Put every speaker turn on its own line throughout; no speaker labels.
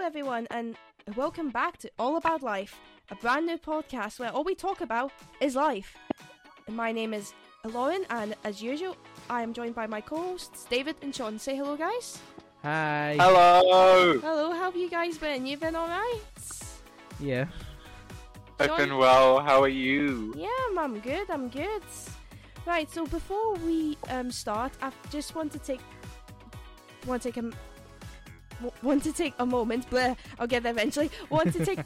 everyone, and welcome back to All About Life, a brand new podcast where all we talk about is life. And my name is Lauren, and as usual, I am joined by my co hosts, David and Sean. Say hello, guys.
Hi.
Hello.
Hello, how have you guys been? You've been alright?
Yeah.
Sean-
I've been well. How are you?
Yeah, I'm- I'm good. I'm good. Right. So before we um, start, I just want to take want to take a m- w- want to take a moment. Bleh, I'll get there eventually. Want to take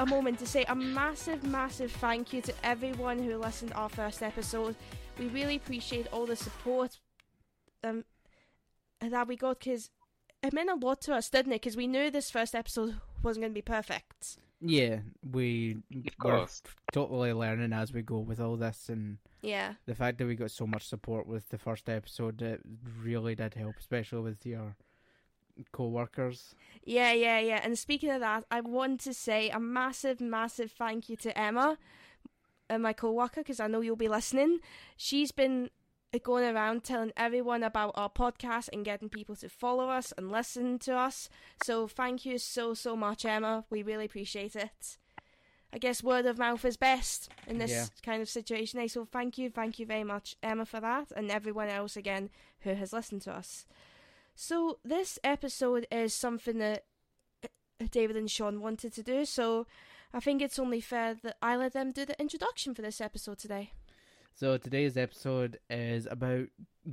a moment to say a massive, massive thank you to everyone who listened to our first episode. We really appreciate all the support um, that we got because it meant a lot to us, didn't it? Because we knew this first episode wasn't going to be perfect.
Yeah, we
Of
we're
course.
totally learning as we go with all this, and
Yeah.
the fact that we got so much support with the first episode, it really did help, especially with your co-workers.
Yeah, yeah, yeah. And speaking of that, I want to say a massive, massive thank you to Emma, uh, my co worker, because I know you'll be listening. She's been uh, going around telling everyone about our podcast and getting people to follow us and listen to us. So thank you so, so much, Emma. We really appreciate it. I guess word of mouth is best in this
Yeah.
kind of situation. eh? So thank you, thank you very much, Emma, for that, and everyone else again who has listened to us. So this episode is something that uh, David and Sean wanted to do. So I think it's only fair that I let them do the introduction for this episode today.
So today's episode is about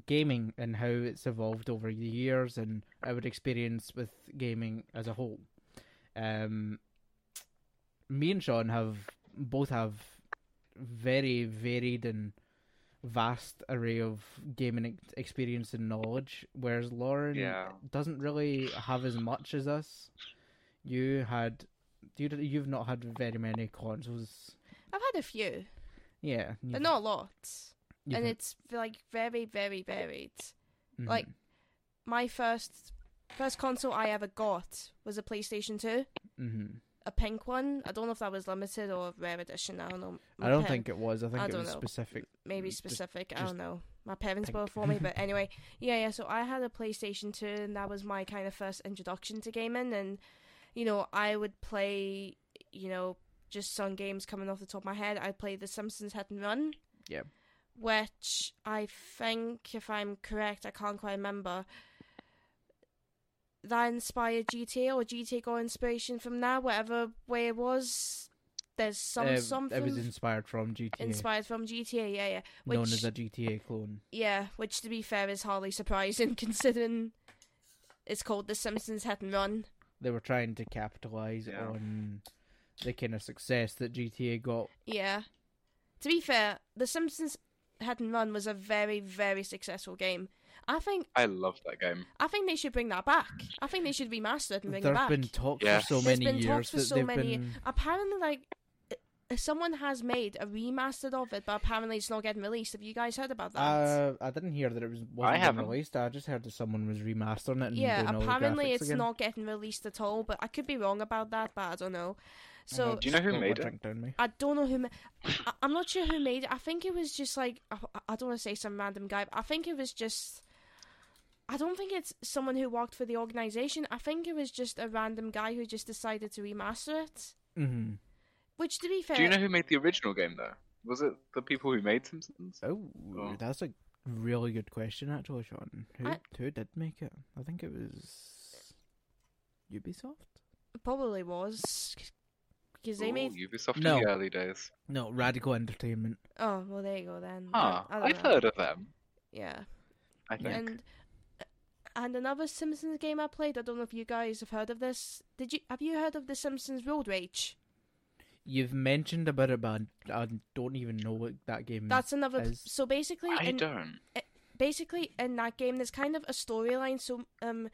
gaming and how it's evolved over the years and our experience with gaming as a whole. Um, me and Sean have both have very varied and vast array of gaming ex- experience and knowledge, whereas Lauren
Yeah.
doesn't really have as much as us. You had, you d- you've not had very many consoles.
I've had a few,
Yeah,
but
you've-
not a lot,
you've
and
had-
it's like very, very varied.
mhm.
like, My first first console I ever got was a PlayStation Two,
Mhm.
a pink one. I don't know if that was limited or rare edition. I don't know.
I don't
Pink.
think it was. I think
I
it
don't
was
know.
specific.
maybe
Just-
specific. I
just
don't know. My parents
think.
bought it for me, but anyway, yeah, yeah. So I had a PlayStation Two, and that was my kind of first introduction to gaming. And you know, I would play, you know, just some games coming off the top of my head. I'd play The Simpsons Hit and Run.
Yeah.
Which I think, if I'm correct, I can't quite remember. That inspired GTA or GTA got inspiration from that, whatever way it was. There's some
Uh,
something
It was inspired from GTA,
inspired from GTA. Yeah, yeah.
known
which-
as a GTA clone.
Yeah, which to be fair is hardly surprising considering it's called The Simpsons Hit and Run.
They were trying to capitalize
Yeah.
on the kind of success that GTA got.
Yeah. To be fair, The Simpsons Hit and Run was a very, very successful game. I think
I love that game.
I think they should bring that back. I think they should remaster it and bring
There's
it back.
been talk
Yeah.
for so
There's
many
been
years
talks for
that
so
they've
many-
been.
Apparently, like uh, someone has made a remastered of it, but apparently it's not getting released. Have you guys heard about that?
Uh, I didn't hear that it was wasn't being
haven't.
released. I just heard that someone was remastering it. And
yeah,
doing all the
apparently
graphics
it's
again.
not getting released at all, but I could be wrong about that, but I don't know.
And
So
I've
Do you know who
got my
made it?
drink down me.
I don't know who. Ma- I- I'm not sure who made it. I think it was just like I, I don't want to say some random guy. But I think it was just. I don't think it's someone who worked for the organization. I think it was just a random guy who just decided to remaster it.
hmm
Which, to be fair,
Do you know who made the original game though? Was it the people who made Simpsons?
Oh,
Oh.
that's a really good question, actually, Sean. Who
I-
who did make it? I think it was Ubisoft.
probably was because they
Ooh,
made.
Ubisoft
No.
in the early days.
No, Radical Entertainment.
Oh well, there you go then.
Huh.
I, I don't
I've
know.
heard of them.
Yeah,
I think.
and uh, and another Simpsons game I played. I don't know if you guys have heard of this. Did you have you heard of the Simpsons Road Rage?
You've mentioned about it, but I I don't even know what that game
That's another.
As-
So basically,
I
in
don't.
basically in that game there's kind of a storyline so um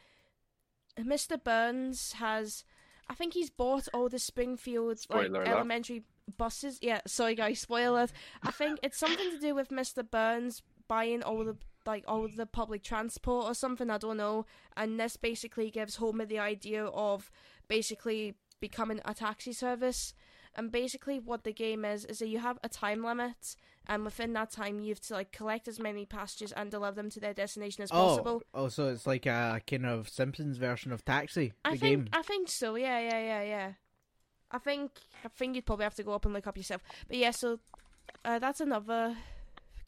mr burns has i think he's bought all the springfield like
Spoiler alert.
elementary buses yeah sorry guys spoilers i think it's something to do with mr burns buying all the like all the public transport or something i don't know and this basically gives homer the idea of basically becoming a taxi service And basically, what the game is is that you have a time limit, and within that time, you have to like collect as many passengers and deliver them to their destination as possible.
Oh, oh, so it's like a kind of Simpsons version of Taxi,
I
the
think
game.
I think so. Yeah, yeah, yeah, yeah. I think I think you'd probably have to go up and look up yourself. But yeah, so uh, that's another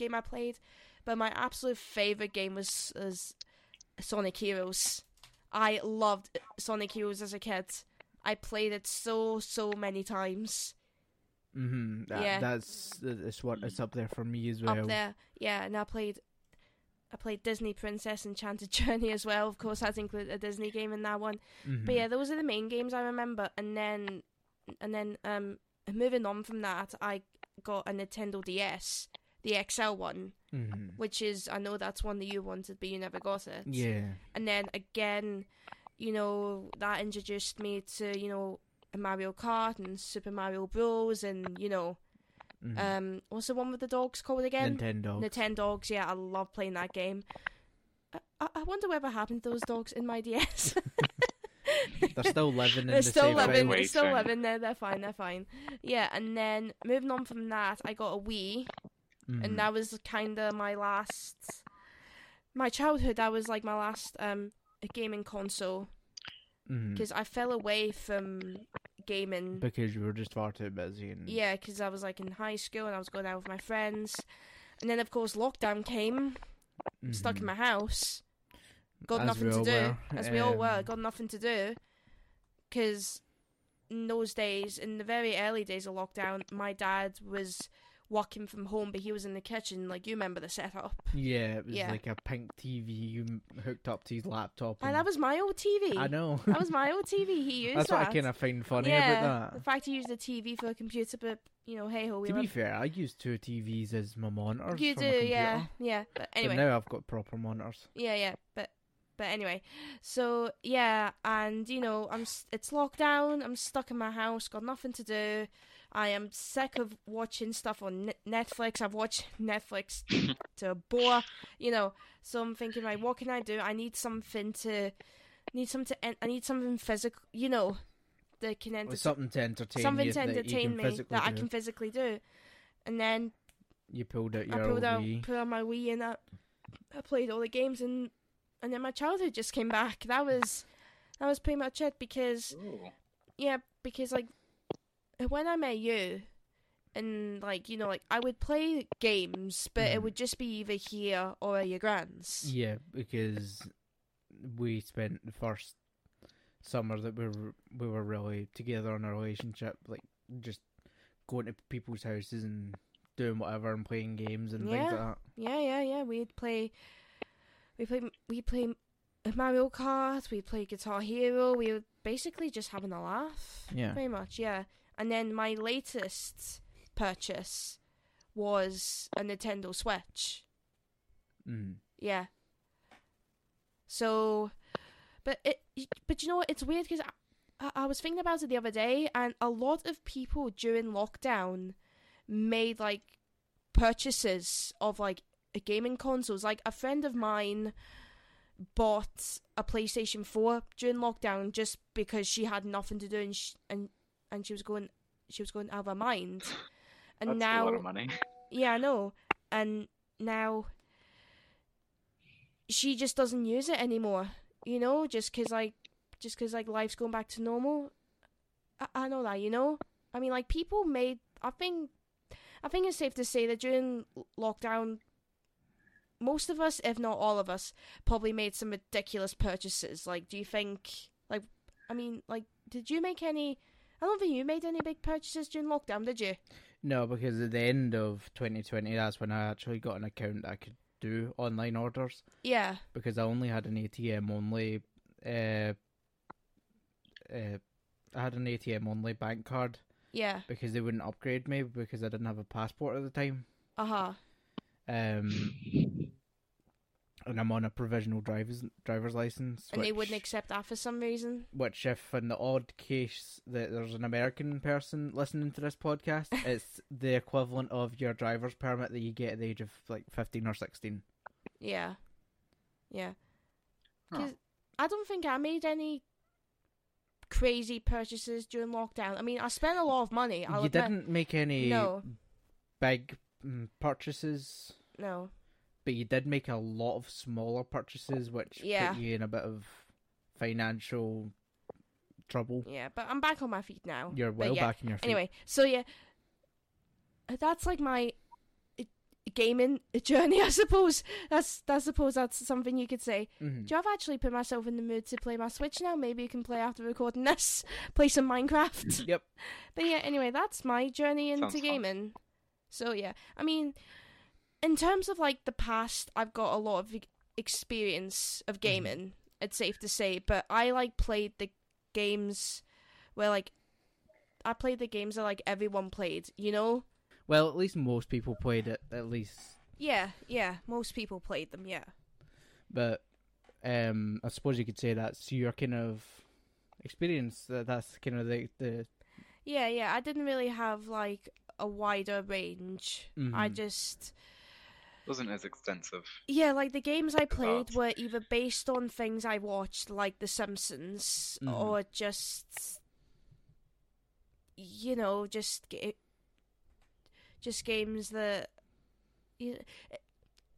game I played. But my absolute favorite game was, was Sonic Heroes. I loved Sonic Heroes as a kid. I played it so so many times
hmm That,
Yeah.
That's that's what it's up there for me as well.
up there. Yeah, and I played I played Disney Princess Enchanted Journey as well. Of course, that's included a Disney game in that one.
Mhm.
But yeah, those are the main games I remember. And then, and then, um, moving on from that, I got a Nintendo DS, the XL one,
Mhm.
which is I know that's one that you wanted, but you never got it.
Yeah.
And then again, you know that introduced me to you know Mario Kart and Super Mario Bros. and you know
Mhm.
um what's the one with the dogs called again?
Nintendo.
Nintendogs. Yeah, I love playing that game. I- I, I wonder whatever happened to those dogs in my DS.
They're still living
They're
in the
still
same
living.
way.
They're still
Waiting.
living. They're they're fine. They're fine. Yeah, and then moving on from that, I got a Wii,
Mm-hmm. Mm.
and that was kind of my last, my childhood. That was like my last um gaming console
Mhm.
because I fell away from gaming.
because you were just far too busy and
Yeah, because I was like in high school and I was going out with my friends, and then of course lockdown came, stuck in
Mhm.
my house. got
As
nothing
we
to
all
do,
were,
as we all were,
um,
got nothing to do. Because in those days, in the very early days of lockdown, my dad was working from home, but he was in the kitchen. Like you remember the setup,
Yeah, it was
Yeah.
like a pink TV you m- hooked up to his laptop.
and that was my old TV.
Mm. I know.
That was my old TV. He used
That's
that.
what I kind of find funny
yeah,
about
the
that.
fact he used a TV for a computer, but you know, hey ho, we
To be
live.
fair, I use two TVs as my monitors.
You
for
do,
my computer,
yeah, yeah. But
but
anyway,
now I've got proper monitors.
Yeah, yeah, but but anyway, so yeah, and you know, I'm s- it's lockdown. I'm stuck in my house, got nothing to do. I am sick of watching stuff on Net- Netflix. I've watched Netflix to bore, you know. So I'm thinking, right, what can I do? I need something to, need something. To en- I need something physical, you know, that can
With
entertain,
something to entertain
something
you
to
that you
entertain
can
me
physically
that I
do.
can physically do. And then
You pulled out
I
your
pulled out,
Wii.
put on my Wii, and I, I played all the games, and and then my childhood just came back. That was that was pretty much it because
Ooh.
yeah, because like when I met you, and like you know, like I would play games, but it
Mhm.
would just be either here or at your grand's.
Yeah, because we spent the first summer that we were we were really together in a relationship, like just going to people's houses and doing whatever and playing games and things like that.
Yeah, yeah, yeah. We'd play, we play, we play Mario Kart. We play Guitar Hero. We were basically just having a laugh.
Yeah.
very much. Yeah. And then my latest purchase was a Nintendo Switch.
Mm.
Yeah. So, but it, but you know what? It's weird because I, I was thinking about it the other day, and a lot of people during lockdown made like purchases of like gaming consoles. Like a friend of mine bought a PlayStation Four during lockdown just because she had nothing to do, and she, and and she was going she was going out of her mind. And
That's
now
a lot of money.
yeah, I know. And now she just doesn't use it anymore. You know, just 'cause like, just 'cause like life's going back to normal. I, I know that. You know, I mean, like people made. I think, I think it's safe to say that during l- lockdown, most of us, if not all of us, probably made some ridiculous purchases. Like, do you think? Like, I mean, like, did you make any? I don't think you made any big purchases during lockdown, did you?
No, because at the end of 2020, that's when I actually got an account that I could do online orders
Yeah.
because I only had an ATM only. Uh, uh, I had an ATM only bank card
Yeah.
because they wouldn't upgrade me because I didn't have a passport at the time.
Uh huh.
um, and I'm on a provisional driver's driver's license.
and
which,
they wouldn't accept that for some reason.
Which, if in the odd case that there's an American person listening to this podcast, it's the equivalent of your driver's permit that you get at the age of like 15 or 16.
Yeah, yeah.
Huh.
'Cause I don't think I made any crazy purchases during lockdown. I mean, I spent a lot of money. I'll
you
admit.
didn't make any
No,
big mm, purchases,
no.
but you did make a lot of smaller purchases, which
Yeah.
put you in a bit of financial trouble.
Yeah, but I'm back on my feet now.
You're
But
well
yeah.
back in your feet.
Anyway, so yeah, that's like my uh, gaming journey, I suppose. That's I suppose that's something you could say.
Mhm.
Do I've actually put myself in the mood to play my Switch now? Maybe you can play after recording this. Play some Minecraft.
Yep.
But yeah, anyway, that's my journey into
Sounds fun.
gaming. So yeah, I mean, in terms of like the past, I've got a lot of e- experience
Mm-hmm.
of gaming. It's safe to say, but I like played the games where like I played the games that like everyone played. You know?
Well, at least most people played it. At least,
Yeah, yeah. Most people played them. Yeah.
but um, I suppose you could say that's your kind of experience. That that's kind of the the.
Yeah, yeah. I didn't really have like a wider range.
Mm-hmm.
I
Mhm.
just
wasn't as extensive.
Yeah, like the games I
About-
played were either based on things I watched, like The Simpsons,
Mhm.
or just you know, just ga- just games that you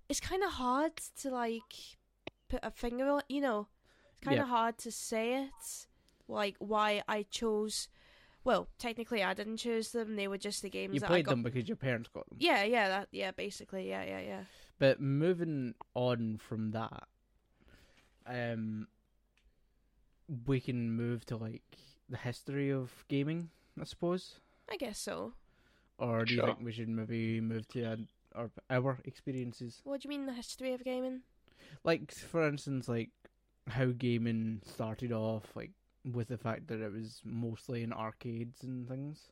it's kind of hard to like put a finger on. You know, it's kind
Yeah.
of hard to say it, like why I chose. Well, technically, I didn't choose them; they were just the games
You
that I
played
got.
them because your parents got them.
Yeah, yeah, that, yeah. Basically, yeah, yeah, yeah.
But moving on from that, um, we can move to like the history of gaming, I suppose.
I guess so.
Or do you
Sure.
think we should maybe move to an, or our experiences?
What do you mean the history of gaming?
Like, for instance, like how gaming started off, like with the fact that it was mostly in arcades and things.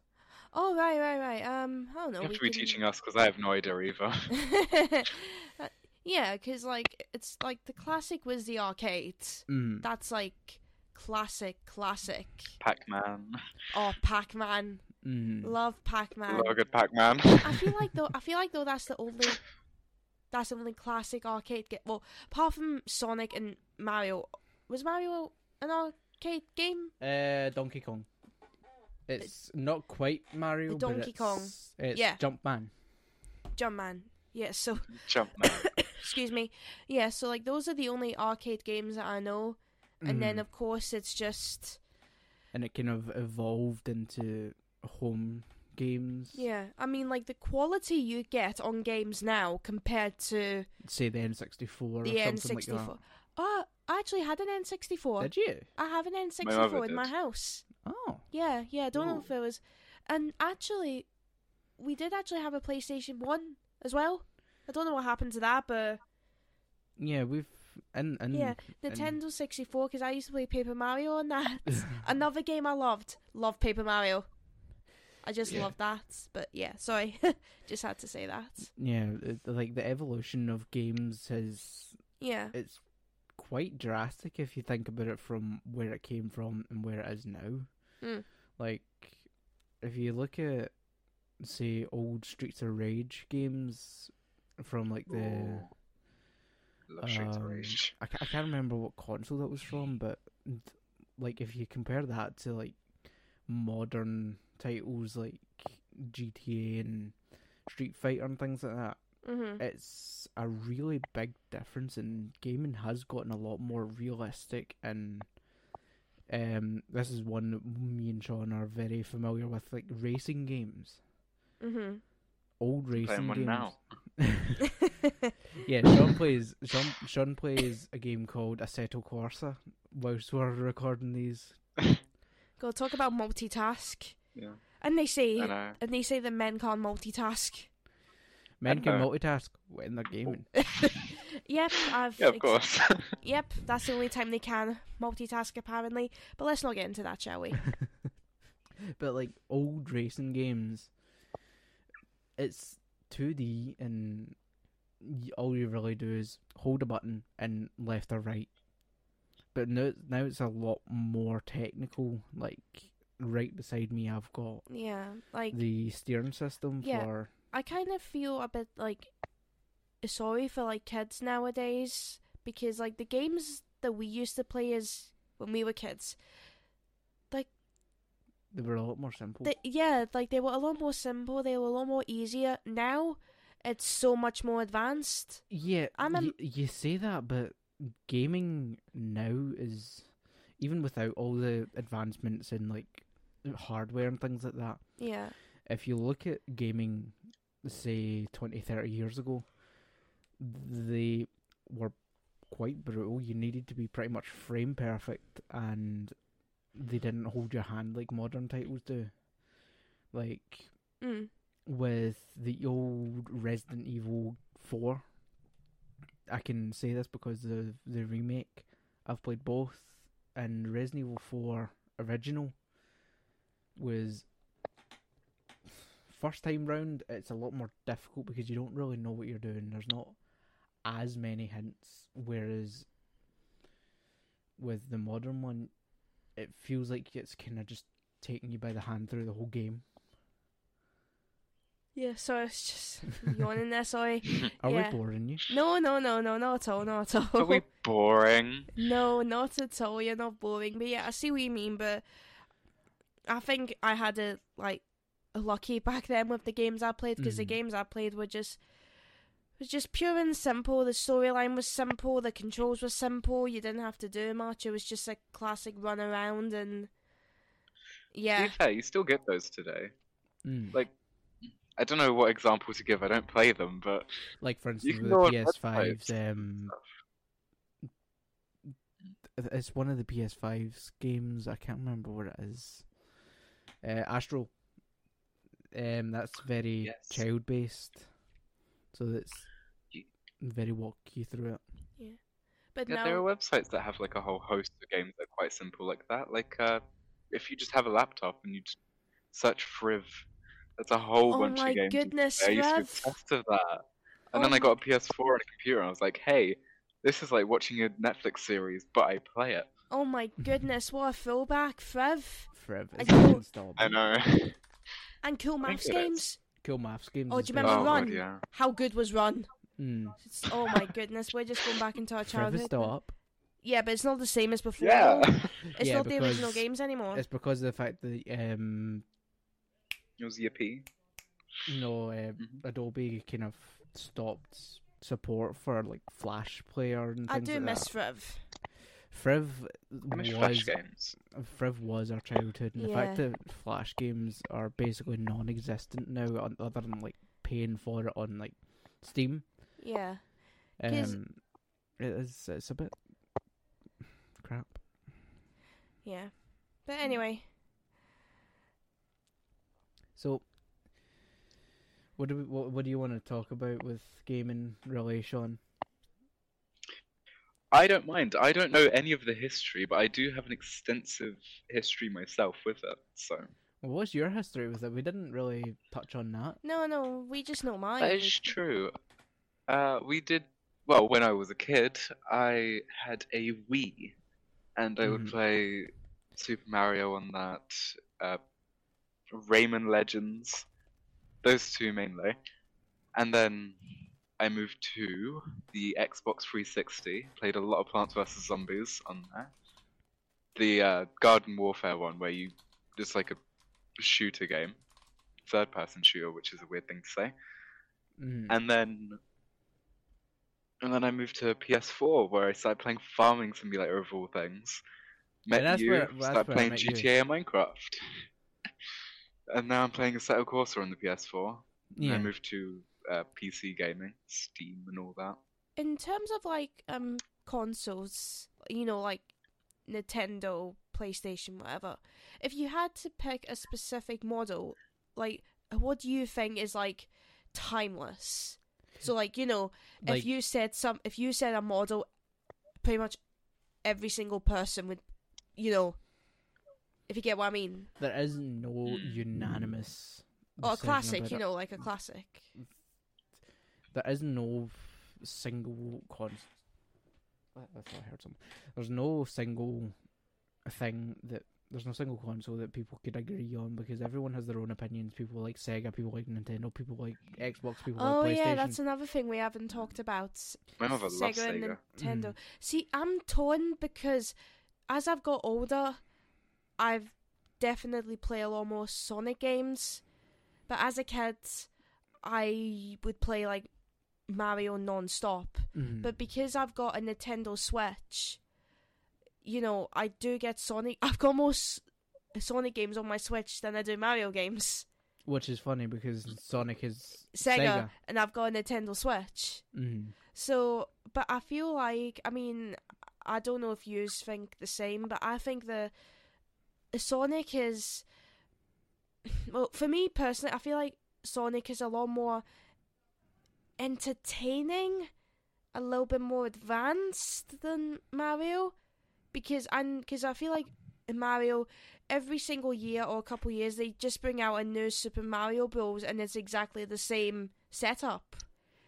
Oh right, right, right. Um, I don't know.
you have
we
to be
can-
teaching us because I have no idea either.
Uh, yeah, because like it's like the classic was the arcade.
Mm.
That's like classic, classic.
Pac-Man.
Oh, Pac Man.
Mm.
Love Pac Man.
Love a good Pac-Man.
Uh, I feel like though. I feel like though that's the only. That's the only classic arcade game. Well, apart from Sonic and Mario, was Mario an arcade game?
Uh, Donkey Kong. It's not quite Mario.
The
but
Donkey Kong.
it's- It's
Yeah.
Jumpman.
Jumpman. Yeah. So
Jumpman.
excuse me. Yeah. So like those are the only arcade games that I know. and then
Mhm.
of course it's just
and it kind of evolved into home games.
yeah i mean like the quality you get on games now compared to
Say the N64 or
the
something
n64
like
oh i actually had an n64
that. Did you?
i have an
My
n64
mother
in my
did.
house
Oh.
yeah yeah i don't know if
Ooh.
it was and actually we did actually have a playstation 1 as well i don't know what happened to that but
Yeah, we've and and
Yeah,
and-
nintendo 64 because i used to play paper mario on that another game i loved love paper mario i just
Yeah.
love that but yeah sorry just had to say that
yeah, it- like the evolution of games has
Yeah,
it's quite drastic if you think about it from where it came from and where it is now.
Mm.
Like if you look at say old Streets of Rage games from like the
Ooh. Love Streets of
Um,
Rage.
I, ca- I can't remember what console that was from, but th- like if you compare that to like modern titles like GTA and Street Fighter and things like that,
hmm
it's a really big difference. And gaming has gotten a lot more realistic, and um, this is one that me and Sean are very familiar with, like racing games,
hmm
old racing
Playing one
games.
now.
Mm-hmm.
Yeah, Sean plays Sean, Sean plays a game called Assetto Corsa whilst we're recording these.
Go talk about multitask,
Yeah.
and they say
I know.
and they say that men can't multitask.
Men can
know.
multitask when they're
Oh.
gaming.
Yep, I've
Yeah, of
ex-
course.
yep, that's the only time they can multitask apparently. But let's not get into that, shall we?
but like old racing games, it's 2D and y- all you really do is hold a button and left or right. But now now it's a lot more technical. Like right beside me, I've got
yeah, like
the steering system
Yeah.
for
I kind of feel a bit like sorry for like kids nowadays because like the games that we used to play as when we were kids,
They were a lot more simple.
They, yeah, like they were a lot more simple. They were a lot more easier. Now, it's so much more advanced.
yeah,
I'm a-
y- you say that, but gaming now is even without all the advancements in like hardware and things like that.
Yeah,
if you look at gaming, say 20, 30 years ago, they were quite brutal. You needed to be pretty much frame perfect, and they didn't hold your hand like modern titles do. Like
mm.
with the old Resident Evil 4, I can say this because the the remake, I've played both, and Resident Evil 4 original was first time round it's a lot more difficult because you don't really know what you're doing there's not as many hints whereas with the modern one it feels like it's kind of just taking you by the hand through the whole game
yeah. So it's just yawning there. Sorry.
are
Yeah.
we boring you
No, no, no, no, not at all, not at all.
Are we boring?
No, not at all. You're not boring. But yeah, I see what you mean. But I think I had a like a lucky back then with the games I played because
Mm.
the
Mhm.
games I played were just was just pure and simple. The storyline was simple. The controls were simple. You didn't have to do much. It was just a classic run around and
To
yeah.
be fair, you still get those today.
Mm.
Like- I don't know what example to give. I don't play them, but
like for instance
can
with
go
the
on
ps5's
websites.
um th- it's one of the ps5's games i can't remember what it is uh astro um that's very
Yes.
child based so that's
Ye-
very walk you through it
But
yeah,
now
there are websites that have like a whole host of games that are quite simple like that. Like uh, if you just have a laptop and you just search Friv, that's a whole
oh
bunch
my
of games. you can
goodness,
play. I used to be
Rev.
obsessed with that. And
Oh
then
my-
I got a PS4 and a computer, and I was like, hey, this is like watching a Netflix series, but I play it.
Oh my goodness, what a throwback, Rev.
forever
I
it's been
don't-
installed.
I know.
And cool
think
maths
it is.
games.
cool maths games
Oh,
is
do you
very
remember
oh,
good.
Run?
God, yeah.
How good was Run?
mm.
It's, oh my goodness, we're just going back into our
Trevor's
childhood.
still up
Yeah, but it's not the same as before.
Yeah.
It's
Yeah,
not the original
because
games anymore.
it's because of the fact that um
it was Yippee.
you know uh,
Mhm.
adobe kind of stopped support for like flash player and
I
things
do
like
miss
that.
Friv.
Friv
I miss Flash
was
games.
Friv was our childhood, and the fact
Yeah.
that Flash games are basically non-existent now, on- other than like paying for it on like Steam,
Yeah. 'Cause-
um, it is it's a bit crap.
Yeah. But anyway,
So, what do we, what, what do you want to talk about with gaming, really, Sean?
I don't mind. I don't know any of the history, but I do have an extensive history myself with it. So
Well, what's your history with it? We didn't really touch on that.
no, no, we just know mine.
that is true. Uh, we did well when I was a kid. I had a Wii, and I would
Mhm.
play Super Mario on that. Uh, Rayman Legends, those two mainly, and then I moved to the Xbox 360. Played a lot of Plants vs Zombies on there. The uh, Garden Warfare one, where you just like a shooter game, third-person shooter, which is a weird thing to say
Mm.
and then and then I moved to PS4 where I started playing Farming Simulator of all things. Met
that's
you,
where- that's
started
where I
playing
met you.
GTA and Minecraft, and now I'm playing Assetto Corsa on the PS4. And I
yeah,
moved to uh, PC gaming, Steam, and all that.
In terms of like um consoles, you know, like Nintendo, PlayStation, whatever. If you had to pick a specific model, like what do you think is like timeless? So like, you know,
like
if you said some if you said a model pretty much every single person would you know if you get what i mean
there is no unanimous.
or Oh, a
decision
classic
about
you
it.
know like a classic
there is no f- single con. I I thought I heard something. There's no single thing that there's no single console that people could agree on because everyone has their own opinions. People like Sega, people like Nintendo, people like Xbox, people
oh
like PlayStation.
yeah that's another thing we haven't talked about
My mother loves
and
Sega.
nintendo
Mm.
see i'm torn because as i've got older i've definitely play a lot more Sonic games, but as a kid, I would play like Mario non-stop.
Mhm.
But because I've got a Nintendo Switch, you know, I do get Sonic. I've got more S- Sonic games on my Switch than I do Mario games.
Which is funny because Sonic is
Sega,
Sega.
and I've got a Nintendo Switch.
Mhm.
So, but I feel like, I mean, I don't know if yous think the same, but I think the Sonic is, well, for me personally, I feel like Sonic is a lot more entertaining, a little bit more advanced than Mario, because and because I feel like in Mario, every single year or a couple of years, they just bring out a new Super Mario Bros. and it's exactly the same setup.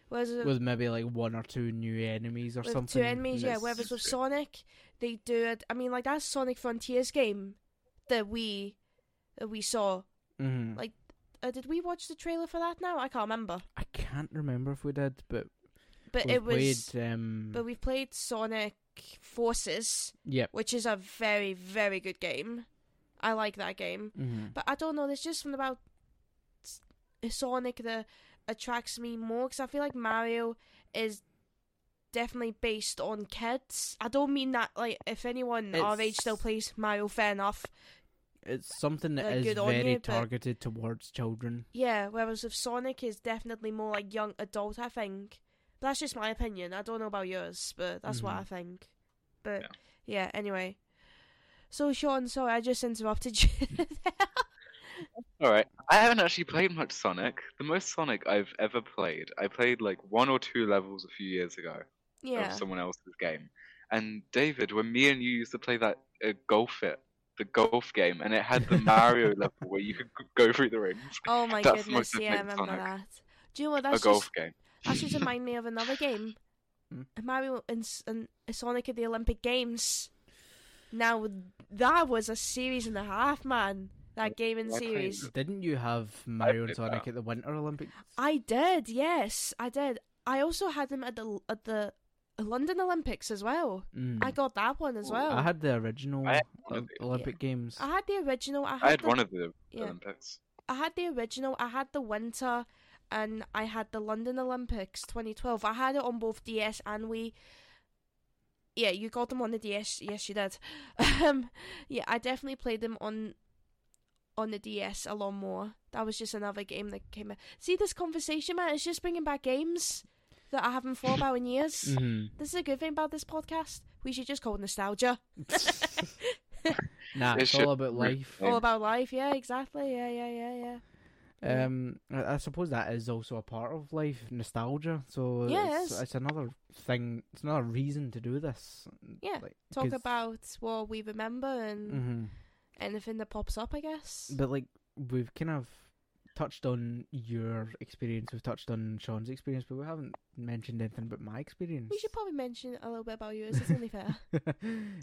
Whereas uh,
With maybe like one or two new enemies or
with
something.
Two enemies, yeah.
that's-
Whether it's with Sonic, they do it. I mean, like that Sonic Frontiers game that we that we saw.
Mhm.
like- Uh, did we watch the trailer for that? Now I can't remember.
I can't remember if we did, but,
But
we
it was.
played. Um,
But we've played Sonic Forces,
Yep.
which is a very very good game. I like that game.
Mm-hmm.
Mhm.
But I don't know. There's just something about s- Sonic that attracts me more because I feel like Mario is definitely based on kids. I don't mean that like if anyone our age still
It's-
plays Mario, fair enough.
It's something that
They're
is
good on
very
you, but-
targeted towards children.
Yeah, whereas if Sonic is definitely more like young adult, I think. But that's just my opinion. I don't know about yours, but that's what
Mhm.
I think. But
Mm-hmm. Yeah.
yeah, anyway. So Sean, sorry, I just interrupted you.
All right. I haven't actually played much Sonic. The most Sonic I've ever played, I played like one or two levels a few years ago
yeah.
of someone else's game. And David, when me and you used to play that uh, golf it, the golf game, and it had the Mario level where you could g- go through the rings,
Oh my
That's my
goodness, yeah, I
favourite
remember
Sonic.
that. Do you know what
a
that's
golf
just
game.
that should remind me of another game.
Hmm.
Mario and, S- and Sonic at the Olympic Games. Now that was a series and a half, man. That game and
Yeah, I played
series.
Didn't you have Mario and
did
Sonic
that.
at the Winter Olympics?
I did, yes, I did. I also had them at the at the London Olympics as well.
Mm.
I got that one as
Ooh,
well.
I had the original
I had one of
Ol- Olympic Games.
I had the original. I had,
I had
the,
one of the
yeah.
Olympics.
I had the original. I had the winter, and I had the London Olympics 2012. I had it on both DS and Wii. Yeah, you got them on the DS. Yes, you did. Um, yeah, I definitely played them on on the DS a lot more. That was just another game that came. out. See this conversation, man. It's just bringing back games that I haven't thought about in years.
Mm-hmm.
Mhm.
This is a good thing about this podcast. We should just call it nostalgia.
Nah,
It
it's
should
all about
really
life.
Yeah.
All about life. Yeah, exactly. Yeah, yeah, yeah, yeah. Yeah.
Um, I I suppose that is also a part of life, nostalgia. So
Yes.
it's, it's another thing. It's another reason to do this.
Yeah,
like,
Talk
'cause-
about what we remember and.
Mm-hmm.
Mhm.
anything that pops up, I guess.
But like we've kind of touched on your experience. We've touched on Sean's experience, but we haven't mentioned anything about my experience.
we should probably mention a little bit about yours. It's only fair.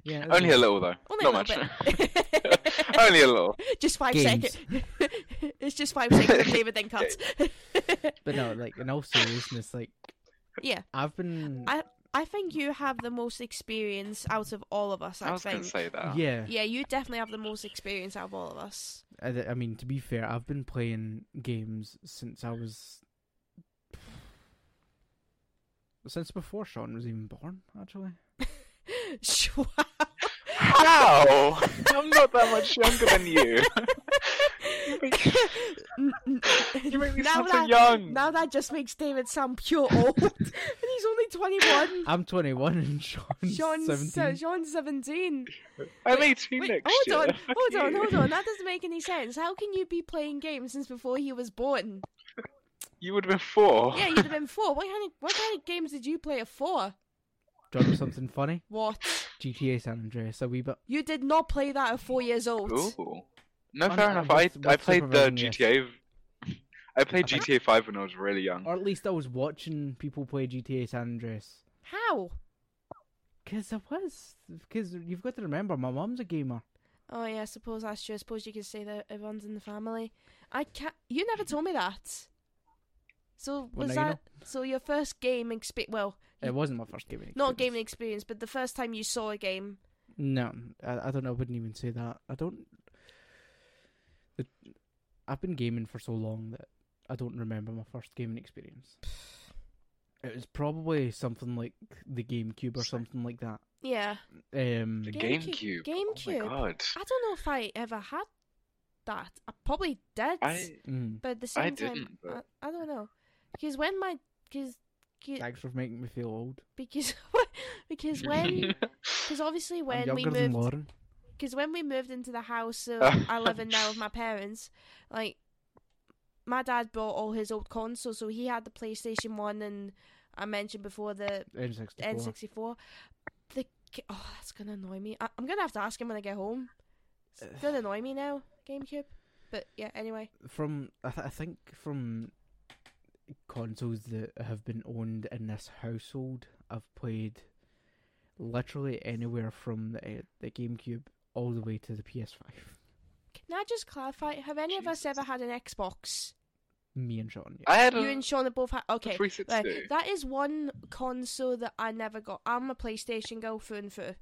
yeah,
Only a little though.
Only
Not
a
much.
little bit.
Only a little.
just five
Games.
seconds. it's just five seconds of David then cuts.
But no, like in all seriousness, like
Yeah.
I've been.
I think you have the most experience out of all of us. I,
I was going
think.
to say that.
yeah,
Yeah, you definitely have the most experience out of all of us.
I, I mean to be fair, I've been playing games since I was since before Sean was even born. Actually,
Sure.
How? I'm not that much younger than you. You make-
N- n-
You make me
now
sound so
that
young.
now that just makes David sound pure old, and he's only twenty one.
I'm 21 and Sean's,
Sean's uh,
17.
Sean's seventeen.
I'm 18
Wait,
next year.
hold on,
Fuck
hold on,
you.
hold on. That doesn't make any sense. How can you be playing games since before he was born?
You would have been four.
Yeah, you'd have been four. What kind of what kind of games did you play at four?
Do you know something funny?
What?
GTA San Andreas a wee bit.
You did not play that at four years old.
Ooh. No,
On-
fair
uh,
enough. I,
with-
I
with
played the
supervision, yes.
GTA. v- I played
Okay.
GTA 5 when I was really young.
Oh,
Or at least I was watching people play GTA San Andreas.
How?
Because I was. Because you've got to remember, my mum's a gamer.
Oh yeah, I suppose that's true. I suppose you could say that everyone's in the family. I can't. You never told me that. So
Well,
was
now you
that so your first game experience? Well,
It wasn't my first gaming.
not gaming experience,
experience.
but the first time you saw a game.
No, I, I don't. know, I wouldn't even say that. I don't. I've been gaming for so long that I don't remember my first gaming experience. It was probably something like the GameCube or something like that.
Yeah.
Um,
The
GameCube-
GameCube. Oh
GameCube.
my god.
I don't know if I ever had that. I probably did,
I
mm.
but at the same time,
didn't, but-
I, I don't know. Because when my because
Thanks for making me feel old.
because because when because obviously when
I'm
we
younger than
moved
Lauren.
because when we moved into the house of
Oh.
I live in now with my parents, like my dad bought all his old consoles, so he had the PlayStation One and I mentioned before the
N64.
N sixty four. The g- oh, that's gonna annoy me. I- I'm gonna have to ask him when I get home. It's gonna annoy me now. GameCube, but yeah. Anyway,
From I, th- I think from consoles that have been owned in this household, I've played literally anywhere from the uh, the GameCube all the way to the PS5.
can I just clarify? Have any of us
Jesus.
ever had an Xbox?
Me and Sean. Yeah.
I had a,
You and Sean have both had.
a
Okay,
360.
right. That is one console that I never got. I'm a PlayStation girl through and through.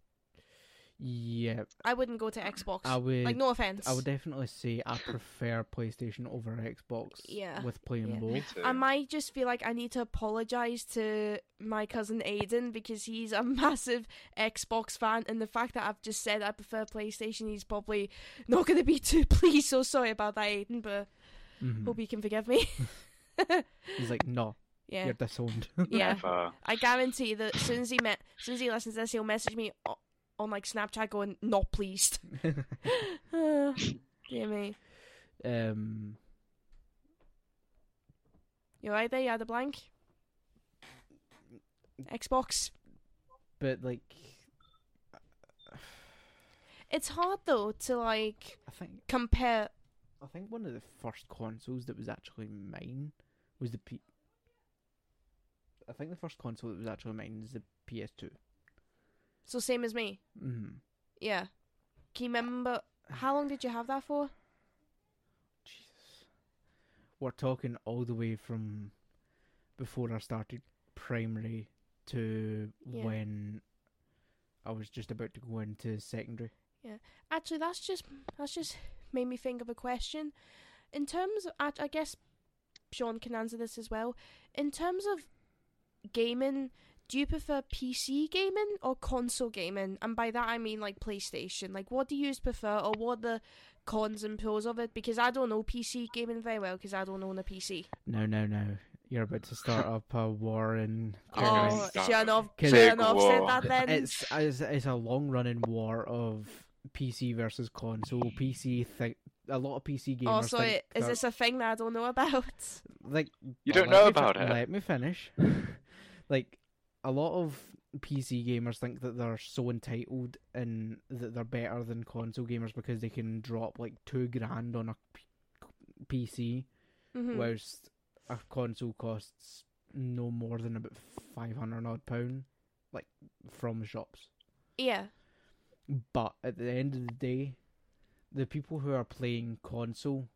yeah,
I wouldn't go to Xbox.
I would.
like no offense.
I would definitely say I prefer PlayStation over Xbox.
Yeah,
With playing
yeah.
Me
both.
too.
I might just feel like I need to apologize to my cousin Aiden because he's a massive Xbox fan, and the fact that I've just said I prefer PlayStation, he's probably not going to be too pleased. So sorry about that, Aiden, but
Mhm.
hope you can forgive me.
He's like, no,
yeah,
you're disowned.
yeah.
Never.
I guarantee that as soon as he met, as soon as he listens to this, he'll message me o- on like Snapchat going not pleased. Ah, Dear me,
um,
you right there? You had a blank. Xbox.
but like,
It's hard though to like
I think
compare.
I think one of the first consoles that was actually mine was the P. I think the first console that was actually mine is the PS2.
So same as me.
Mm.
Yeah. Can you remember how long did you have that for?
Jesus, we're talking all the way from before I started primary to
Yeah.
when I was just about to go into secondary.
Actually, that's just that's just made me think of a question. In terms of, I, I guess Sean can answer this as well. In terms of gaming, do you prefer PC gaming or console gaming? And by that I mean like PlayStation. Like, what do you prefer, or what are the cons and pros of it? Because I don't know PC gaming very well because I don't own a PC.
No, no, no! You're about to start up a war in.
Okay, Oh,
Oh,
Christmas.
stop.
Shanov,
Big
Shanov said
war.
that then.
it's it's, it's a long running war of PC versus console. PC think a lot of PC gamers.
Oh, sorry.
think
Is
that-
this a thing that I don't know about?
like
You
but
don't
let
know
me fi-
about it.
Let me finish. like a lot of PC gamers think that they're so entitled and that they're better than console gamers because they can drop like two grand on a P- PC,
Mhm.
whilst a console costs no more than about five hundred odd pound, like from shops.
Yeah.
But at the end of the day, the people who are playing console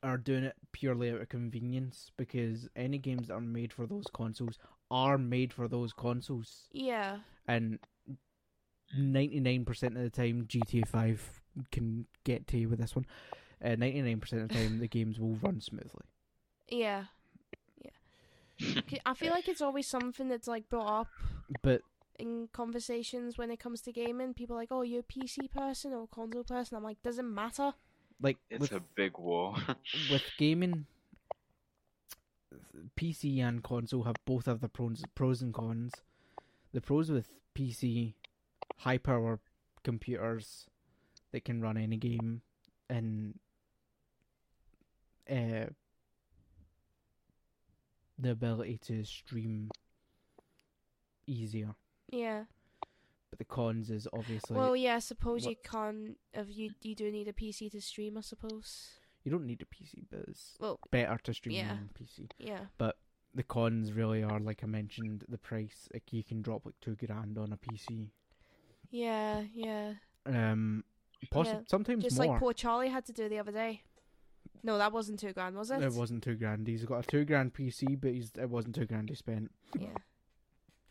are doing it purely out of convenience because any games that are made for those consoles are made for those consoles.
Yeah.
And 99% of the time, GTA 5 can get to you with this one. Uh, 99% of the time, the games will run smoothly.
Yeah. Yeah. 'Kay, I feel like it's always something that's like brought up
But
in conversations when it comes to gaming. People are like, oh, you're a PC person or a console person. I'm like, doesn't matter.
like
It's
with,
a big war.
with gaming, PC and console have both have the pros pros and cons. The pros with PC, high power computers that can run any game, and uh, the ability to stream easier.
Yeah.
But the cons is obviously
well, yeah. I suppose
what-
you can't. If you you do need a PC to stream, I suppose.
you don't need a PC, but it's
Well,
better to stream
yeah.
on PC.
Yeah.
the cons really are like I mentioned the price. Like you can drop like two grand on a PC.
Yeah. Yeah.
Um, possi-
Yeah,
sometimes
Just
more.
like poor Charlie had to do the other day. No, that wasn't two grand, was it?
it wasn't two grand. He's got a two grand PC, but he's it wasn't two grand he spent.
Yeah.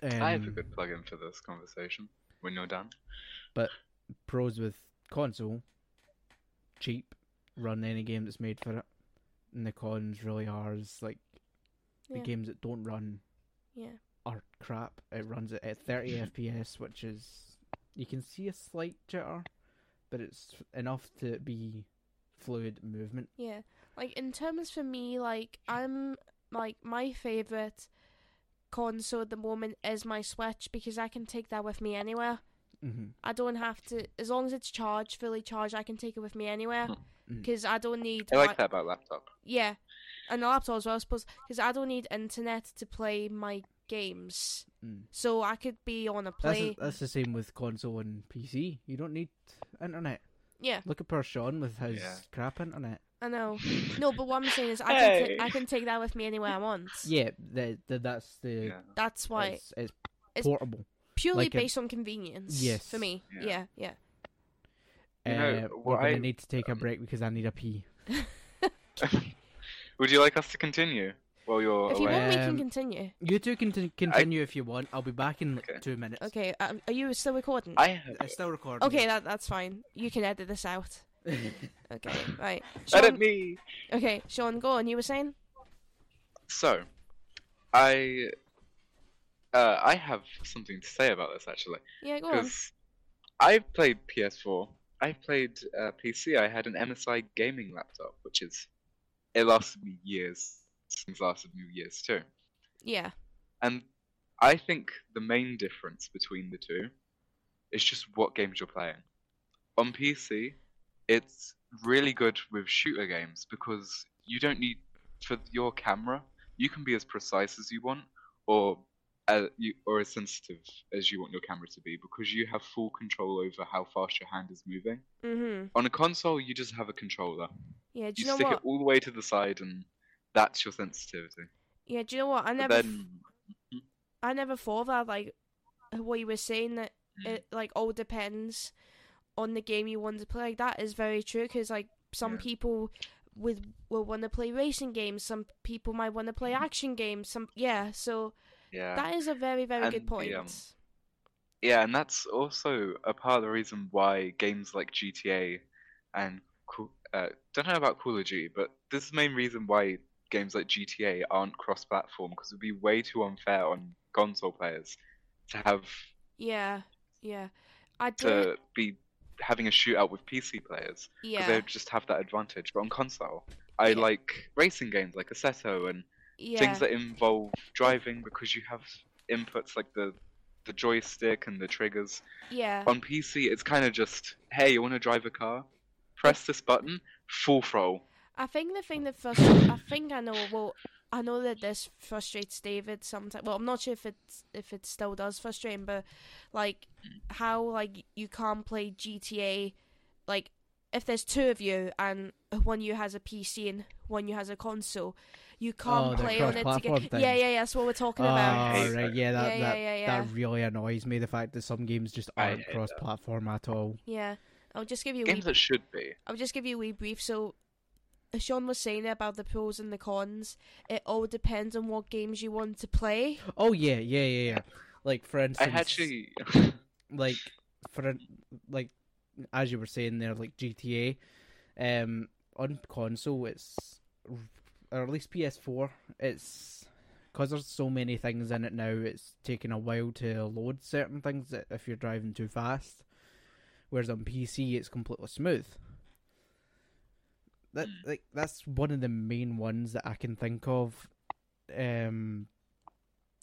Um,
I have a good plug-in for this conversation when you're done.
pros with console, cheap, run any game that's made for it. And the cons really are is like the
Yeah.
games that don't run
Yeah.
are crap. It runs at- at 30 FPS, which is you can see a slight jitter, but it's enough to be fluid movement.
Yeah. Like in terms for me, like I'm like my favorite console at the moment is my Switch because I can take that with me anywhere.
Mm-hmm.
I don't have to as long as it's charged, fully charged, I can take it with me anywhere
Mm.
because I don't need
I
my-
like that about laptop.
yeah, and a laptop as well, I suppose, because I don't need internet to play my games.
Mm.
So I could be on a
That's,
play.
the- that's the same with console and PC. You don't need internet.
Yeah,
Look at poor Sean with his
Yeah.
crap internet.
I know. No, but what I'm saying is, I can
Hey.
ta- I can take that with me anywhere I want.
Yeah, the, the, that's the.
Yeah.
That's why
It's, it's
It's-
portable.
purely
Like a-
based on convenience.
Yes.
for me.
Yeah.
Yeah, yeah.
You
uh,
know,
we're
what
going
I-
to need to take a break because I need a pee.
Would you like us to continue while you're
If you
away?
want, we can
Um,
continue.
You two can t- continue if you want. I'll be back in like,
Okay.
two minutes.
Okay, um, are you still recording?
I have.
It's still recording.
Okay, that that's fine. You can edit this out. Okay, right.
Edit
Sean-
me.
okay, Sean, go on. You were saying?
So, I uh, I have something to say about this actually
Yeah, go on.
because I've played PS4. I've played uh, PC. I had an MSI gaming laptop, which is it lasted me years. Things lasted me years too.
Yeah,
And I think the main difference between the two is just what games you're playing. On PC, it's really good with shooter games because you don't need for your camera. You can be as precise as you want, or uh, you, or as sensitive as you want your camera to be, because you have full control over how fast your hand is moving.
mm-hmm.
On a console, you just have a controller.
Yeah, do you
You
know
stick
what?
it all the way to the side, and that's your sensitivity.
Yeah, do you know what? I
But
never, f-
then,
I never thought that. Like what you were saying that
Mm.
it like all depends on the game you want to play. Like that is very true because like some
Yeah.
people with will want to play racing games. Some people might want to play action games. Some yeah. So
Mm-hmm. yeah.
that is a very very
And
good point.
the, um, Yeah, and that's also a part of the reason why games like GTA and Call- uh, don't know about Call of Duty, but this is the main reason why games like GTA aren't cross-platform because it would be way too unfair on console players to have
Yeah, yeah. I do.
to be having a shootout with PC players because
Yeah,
they just have that advantage. But on console, I
Yeah.
like racing games like Assetto and
yeah,
things that involve driving because you have inputs like the the joystick and the triggers
yeah,
on PC, it's kind of just, hey, you want to drive a car? Press this button, full throttle.
I think the thing that frustrates, I think I know. Well, I know that this frustrates David sometimes. Well, I'm not sure if it's if it still does frustrate him, but like how like you can't play GTA, like if there's two of you and one you has a PC and one you has a console, you can't
Oh, the
play on it together.
cross-platform
Yeah,
things.
yeah, yeah. That's what we're talking
Oh,
about.
hate
right,
that.
yeah, that,
Yeah,
that,
yeah, yeah,
that really annoys me. The fact that some games just
I
aren't
hate that.
cross-platform at all.
Yeah, I'll just give you a wee
Games that should be.
I'll just give you a wee brief. So, as Sean was saying about the pros and the cons, it all depends on what games you want to play.
Oh yeah, yeah, yeah, yeah. Like for
I
instance,
actually.
like for in- like as you were saying there, like GTA, um, on console it's or at least PS4, it's because there's so many things in it now. It's taking a while to load certain things that if you're driving too fast, whereas on PC it's completely smooth. That
Mm.
like that's one of the main ones that I can think of. Um,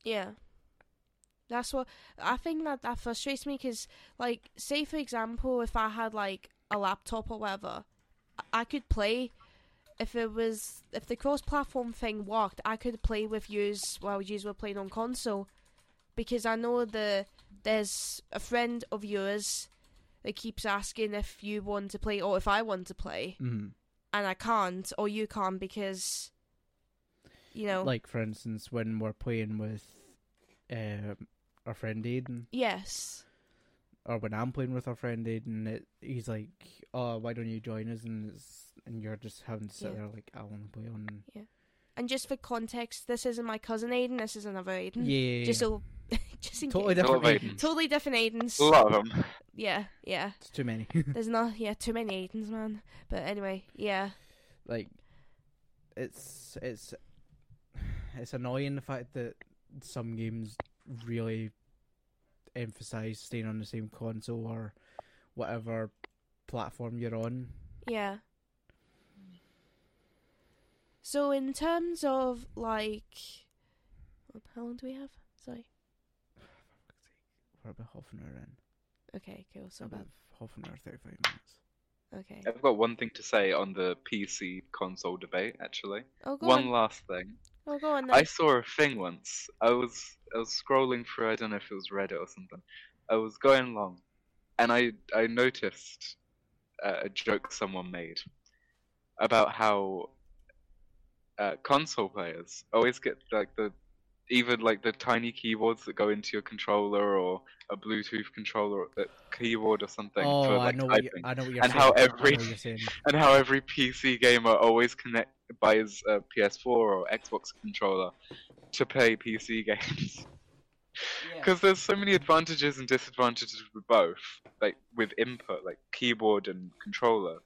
Yeah, that's what I think that that frustrates me because, like, say for example, if I had like a laptop or whatever, I- I could play. If it was if the cross-platform thing worked, I could play with yous while yous were playing on console, because I know the there's a friend of yours that keeps asking if you want to play or if I want to play,
mm.
and I can't or you can't because you know
Like for instance, when we're playing with um, our friend Aiden,
yes
or when I'm playing with our friend Aiden, it, he's like, "Oh, why don't you join us?" And it's, and you're just having to sit
Yeah.
there like, "I want to play on."
And Mm. just for context, this isn't my cousin Aiden, this is another Aiden.
Yeah,
Just so just in
Totally
case.
different.
Elevator.
agents.
Totally different Aidens.
A lot of them.
Yeah, yeah.
It's too many.
There's not yeah too many Aidens, man. But anyway, yeah,
like, it's it's it's annoying the fact that some games really emphasize staying on the same console or whatever platform you're on.
yeah. So in terms of like, how long do we have? Sorry.
We're about half an hour in.
Okay, cool. So about
About half an hour, thirty-five minutes.
okay.
I've got one thing to say on the PC console debate, actually.
Oh, go
One
on.
last thing.
Oh, go on. Then.
I saw a thing once. I was I was scrolling through. I don't know if it was Reddit or something. I was going along, and I I noticed uh, a joke someone made about how uh, console players always get like the even like the tiny keyboards that go into your controller or a Bluetooth controller, or the keyboard or something
Oh,
for like
I know what you,
typing,
I know what you're
And
saying.
how
I know
every-
what you're saying.
and how every PC gamer always connect buys a PS4 or Xbox controller to play PC games. Because there's so many advantages and disadvantages with both, like with input, like keyboard and controller,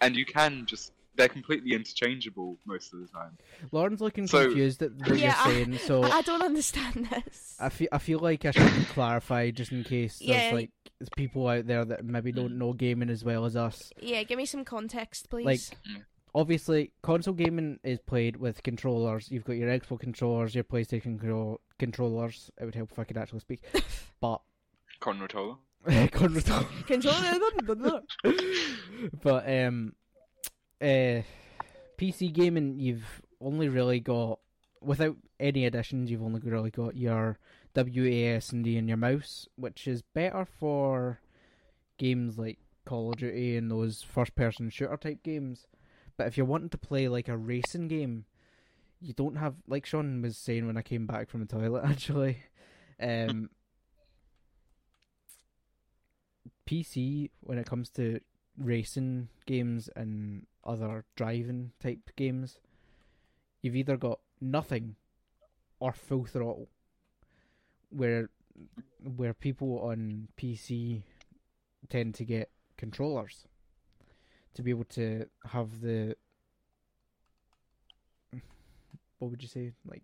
and you can just they're completely interchangeable most of the time.
Lauren's looking
So-
confused at what
Yeah, I-
you're saying, so
I I don't understand this.
I feel I feel like I should clarify just in case
Yeah. Mm.
there's like there's people out there that maybe don't know gaming as well as us.
yeah, give me some context, please.
Like
Mm.
obviously, console gaming is played with controllers. You've got your Xbox controllers, your PlayStation control- controllers. It would help if I could actually speak, but
Controller.
Eh, controllers.
controller.
but um, uh, PC gaming, you've only really got without any additions, you've only really got your WASD and your mouse, which is better for games like Call of Duty and those first-person shooter type games. But if you're wanting to play like a racing game, you don't have like Sean was saying when I came back from the toilet actually. Um, PC when it comes to racing games and other driving type games, you've either got nothing or full throttle. Where where people on PC tend to get controllers to be able to have the what would you say like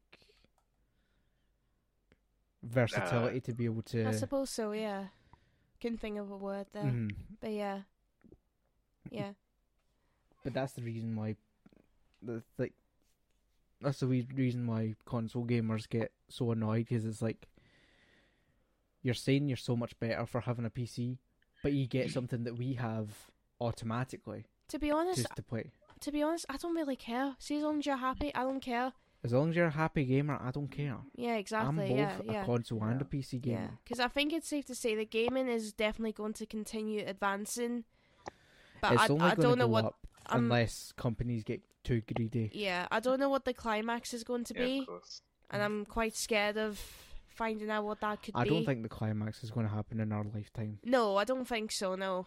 versatility to be able to
I suppose so. Yeah, couldn't think of a word there,
Mhm.
but yeah, yeah,
But that's the reason why, the like, that's the wee reason why console gamers get so annoyed because it's like, you're saying you're so much better for having a PC, but you get something that we have automatically
To be honest,
just to play.
to be honest, I don't really care. See, as long as you're happy, I don't care.
As long as you're a happy gamer, I don't care.
Yeah, exactly.
I'm both
yeah,
a
yeah.
console and a PC
yeah,
gamer.
because I think it's safe to say that gaming is definitely going to continue advancing, but
It's
I,
only
I
going
don't
to
know
go
what.
up
I'm-
unless companies get too greedy.
yeah, I don't know what the climax is going to
Yeah,
be,
of course.
and I'm quite scared of finding out what that could
I
be.
don't think the climax is going to happen in our lifetime.
No, I don't think so. No,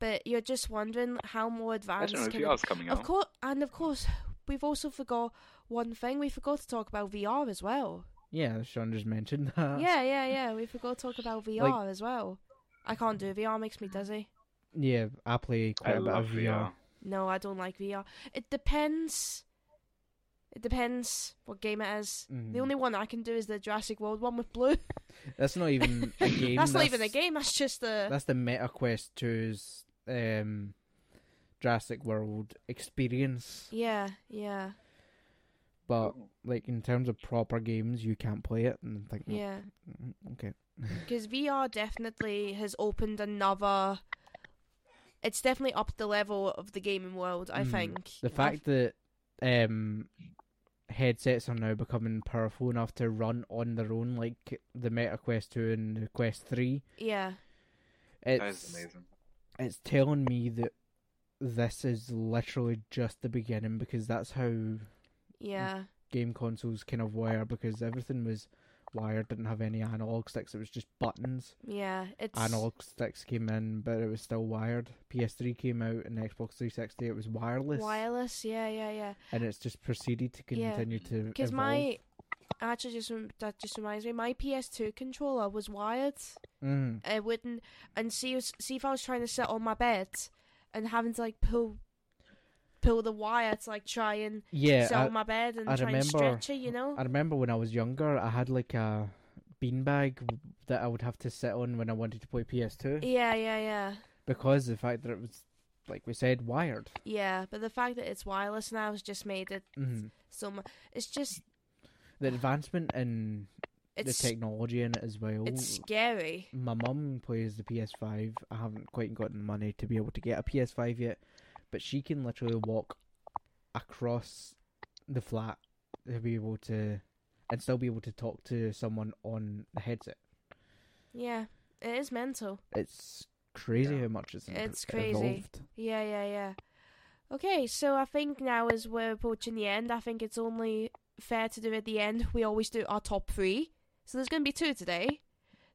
but you're just wondering how more
I
advanced.
don't know if
can it-
VR's coming
Of
out.
course, and of course, we've also forgot one thing. We forgot to talk about VR as well.
Yeah, Sean just mentioned that.
yeah, yeah, yeah. We forgot to talk about VR as well. I can't do VR; makes me dizzy.
Yeah, I play
I
quite a bit
love
of
VR.
No, I don't like VR. It depends. It depends what game it is. The
Mhm.
only one I can do is the Jurassic World one with blue.
That's not even a game.
that's, not even a game. That's just a.
That's the Meta Quest 2's um, Jurassic World experience.
Yeah, yeah,
But like in terms of proper games, you can't play it. And I think,
yeah.
"Mm, okay,
Because VR definitely has opened another. It's definitely upped the level of the gaming world. I
Mm.
think
the fact that um, headsets are now becoming powerful enough to run on their own, like the Meta Quest 2 and the Quest 3,
yeah,
it's
That is amazing.
it's telling me that this is literally just the beginning because that's how
yeah,
game consoles kind of wire because everything was wired, didn't have any analog sticks, it was just buttons.
yeah. It's
Analog sticks came in, but it was still wired. PS3 came out and Xbox 360, it was wireless,
wireless. Yeah, yeah, yeah.
and it's just proceeded to
Yeah.
continue to.
Because
evolve.
my Actually, just rem- that just reminds me, my PS2 controller was wired.
Mm.
I wouldn't, and see if- see if I was trying to sit on my bed and having to like pull pull the wire to like try and
Yeah,
sit
I-
on my bed and
I
try and
remember-
stretch it, you know.
I remember when I was younger, I had like a beanbag that I would have to sit on when I wanted to play PS2
yeah, yeah, yeah,
because the fact that it was, like we said, wired.
yeah. But the fact that it's wireless now has just made it
Mm-hmm.
Mhm.
so much. It's just
The advancement in
it's
the technology in it as well.
it's scary.
My mum plays the PS5. I haven't quite gotten the money to be able to get a PS5 yet, but she can literally walk across the flat to be able to and still be able to talk to someone on the headset.
Yeah, it is mental.
It's crazy
Yeah.
how much it's, impro-
It's crazy.
evolved.
Yeah, yeah, yeah. Okay, so I think now as we're approaching the end, I think it's only fair to do at the end. We always do our top three. So there's going to be two today.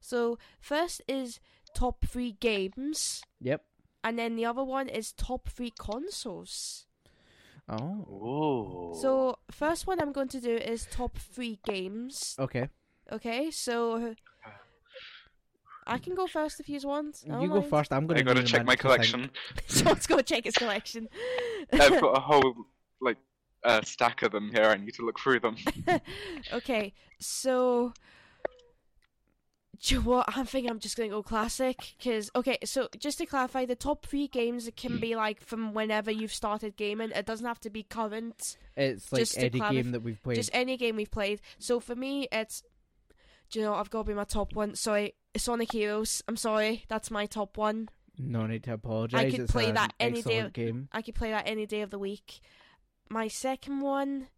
So first is top three games,
Yep.
and then the other one is top three consoles.
Oh.
Ooh.
So first one I'm going to do is top three games.
Okay.
Okay, so I can go first if you want. I don't
you go
mind.
first. I'm gonna.
I gotta
need a
check my
minute to
collection.
Sean's going to check his collection.
I've got a whole like uh, stack of them here. I need to look through them.
okay, so do you know what? I think I'm just gonna go classic because okay, so just to clarify, the top three games can be like from whenever you've started gaming. It doesn't have to be current.
It's like
Just to
any
clarif-
game that we've played.
Just any game we've played. So for me, it's do you know I've got to be my top one. Sorry, Sonic Heroes. I'm sorry, that's my top one.
No need to apologize.
could
it's
play
an
that any day-
excellent game.
I could play that any day of the week. My second one,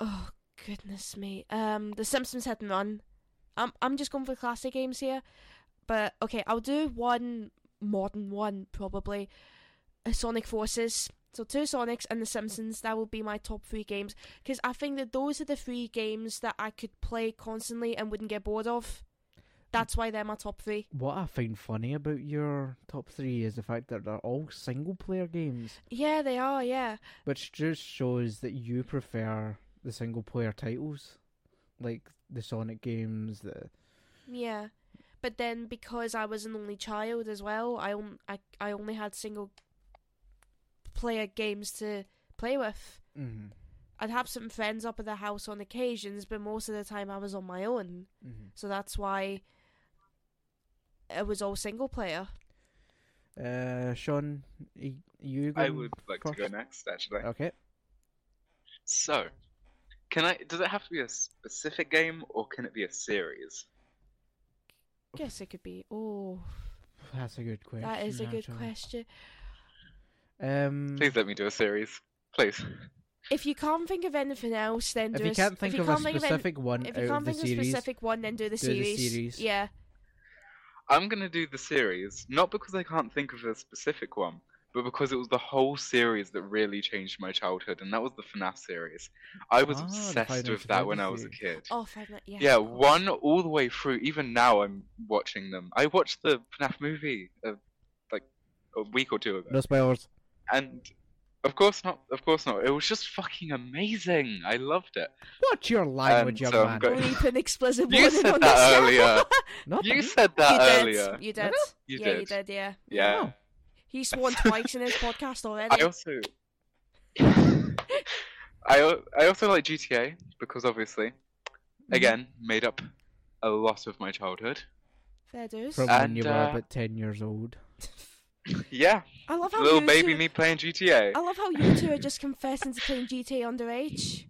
oh goodness me. Um The Simpsons Hit and Run. I'm I'm just going for classic games here. But okay, I'll do one modern one probably. Uh, Sonic Forces. So two Sonics and The Simpsons, that would be my top three games. Because I think that those are the three games that I could play constantly and wouldn't get bored of. That's why they're my top three.
What I find funny about your top three is the fact that they're all single player games,
Yeah, they are, yeah.
which just shows that you prefer the single player titles, like the Sonic games. The
Yeah, but then because I was an only child as well, I on- I, I only had single player games to play with.
mm
I'd have some friends up at the house on occasions, but most of the time I was on my own.
Mm-hmm.
So that's why it was all single player.
uh, Sean, y- you.
I
going
would like to go
first?
next, actually.
Okay.
So, can I? Does it have to be a specific game, or can it be a series?
Guess it could be. Oh,
That's a good question.
that is a good
actually.
question.
Um,
Please let me do a series, please.
If you can't think of anything else, then
if
do a
you
s-
can't think
if you
of a
can't think of any-
specific one
if
out
you can't
of the
think of a
series,
specific one, then do the
do the
series.
series.
Yeah.
I'm gonna do the series, not because I can't think of a specific one, but because it was the whole series that really changed my childhood, and that was the FNAF series. I was
Ah, the
obsessed
Final
with that when I was a
Fantasy.
kid.
Oh, five minutes. Yeah.
Yeah,
of course.
one all the way through. Even now, I'm watching them. I watched the FNAF movie uh, like a week or two ago,
no spoilers.
and of course not. Of course not. It was just fucking amazing. I loved it.
What's your language, young
Um, so I'm
man?
go-
bleep an explicit
You
warning
said
on
that
this.
earlier.
Not
You
that-
said that
you did.
earlier.
You did.
You
yeah,
did.
you did. Yeah.
Yeah.
Oh.
He's sworn twice in his podcast already.
I also. I, al- I also like GTA because obviously, again, made up a lot of my childhood.
Fair dues.
From when
And,
you were
uh,
about ten years old.
Yeah,
I love how
little
you
baby
two,
me playing GTA.
I love how you two are just confessing to playing GTA underage.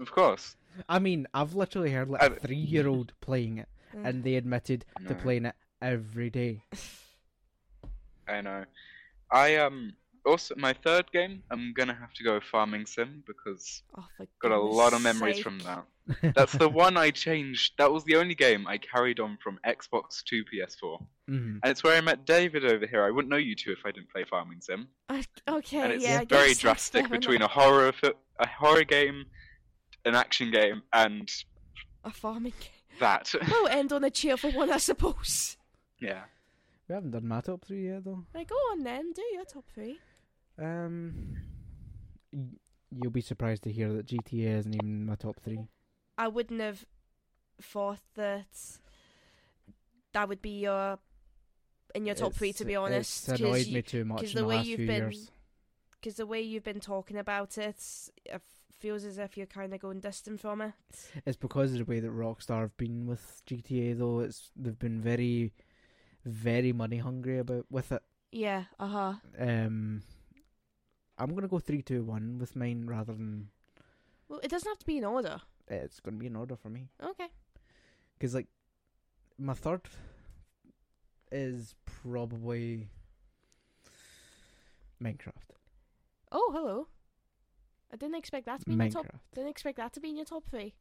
Of course.
I mean, I've literally heard like
I
a
mean-
three-year-old playing it,
Mm.
and they admitted to
No.
playing it every day.
I know. I um also my third game. I'm gonna have to go Farming Sim because
Oh, for
got a
goodness
lot of memories
sake.
from that. That's the one I changed. That was the only game I carried on from Xbox to PS4,
Mhm.
and it's where I met David over here. I wouldn't know you two if I didn't play Farming Sim,
I- okay.
and it's
yeah. I guess
very
that's
drastic
fair enough.
between a horror fi- a horror game, an action game, and
a farming game.
that.
We'll end on a cheerful one, I suppose.
yeah.
We haven't done my top three yet, though.
Right, go on then. Do your top three.
Um, y- you'll be surprised to hear that GTA isn't even in my top three.
I wouldn't have thought that that would be your in your top three, to
It's-
be honest.
It's
Because
annoyed me too much
'cause
in
the
the,
way
last
you've
few
been-
years.
the way you've been talking about it, it feels as if you're kind of going distant from it.
It's because of the way that Rockstar have been with GTA, though. It's they've been very, very money hungry about with it.
Yeah, uh huh.
Um, I'm gonna go three, two, one with mine rather than eh,
Well, it doesn't have to be in order.
it's gonna be in order for me.
Okay.
Because like my third is probably Minecraft.
Oh, hello. I didn't expect that to be in your
Minecraft.
top. Didn't expect that to be in your top three.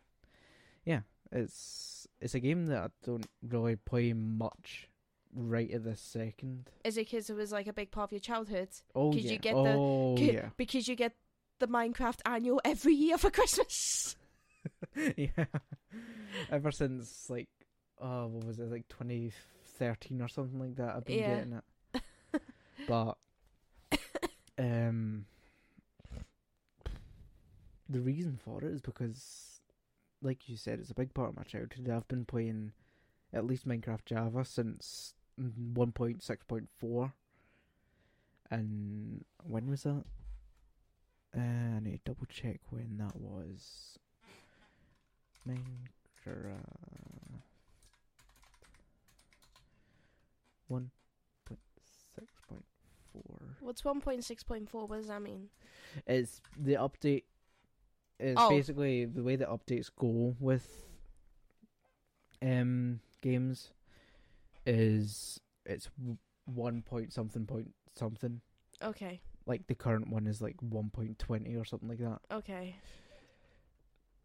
It's it's a game that I don't really play much right at this second.
Is it because it was like a big part of your childhood?
Oh
Could you
yeah.
get the-
oh
K- Because you get the Minecraft annual every year for Christmas.
yeah. yeah. Ever since like oh what was it like 2013 or something like that I've been
Yeah.
getting it. But um the reason for it is because like you said it's a big part of my childhood. I've been playing at least Minecraft Java since 1.6.4 and when was that? Uh, I need to double check when that was. Minecraft one point six point four.
What's one point six point four? What does that mean?
It's the update. It's
Oh.
basically the way the updates go with um games is it's w- one point something point something.
Okay.
Like the current one is like one point twenty or something like that.
Okay.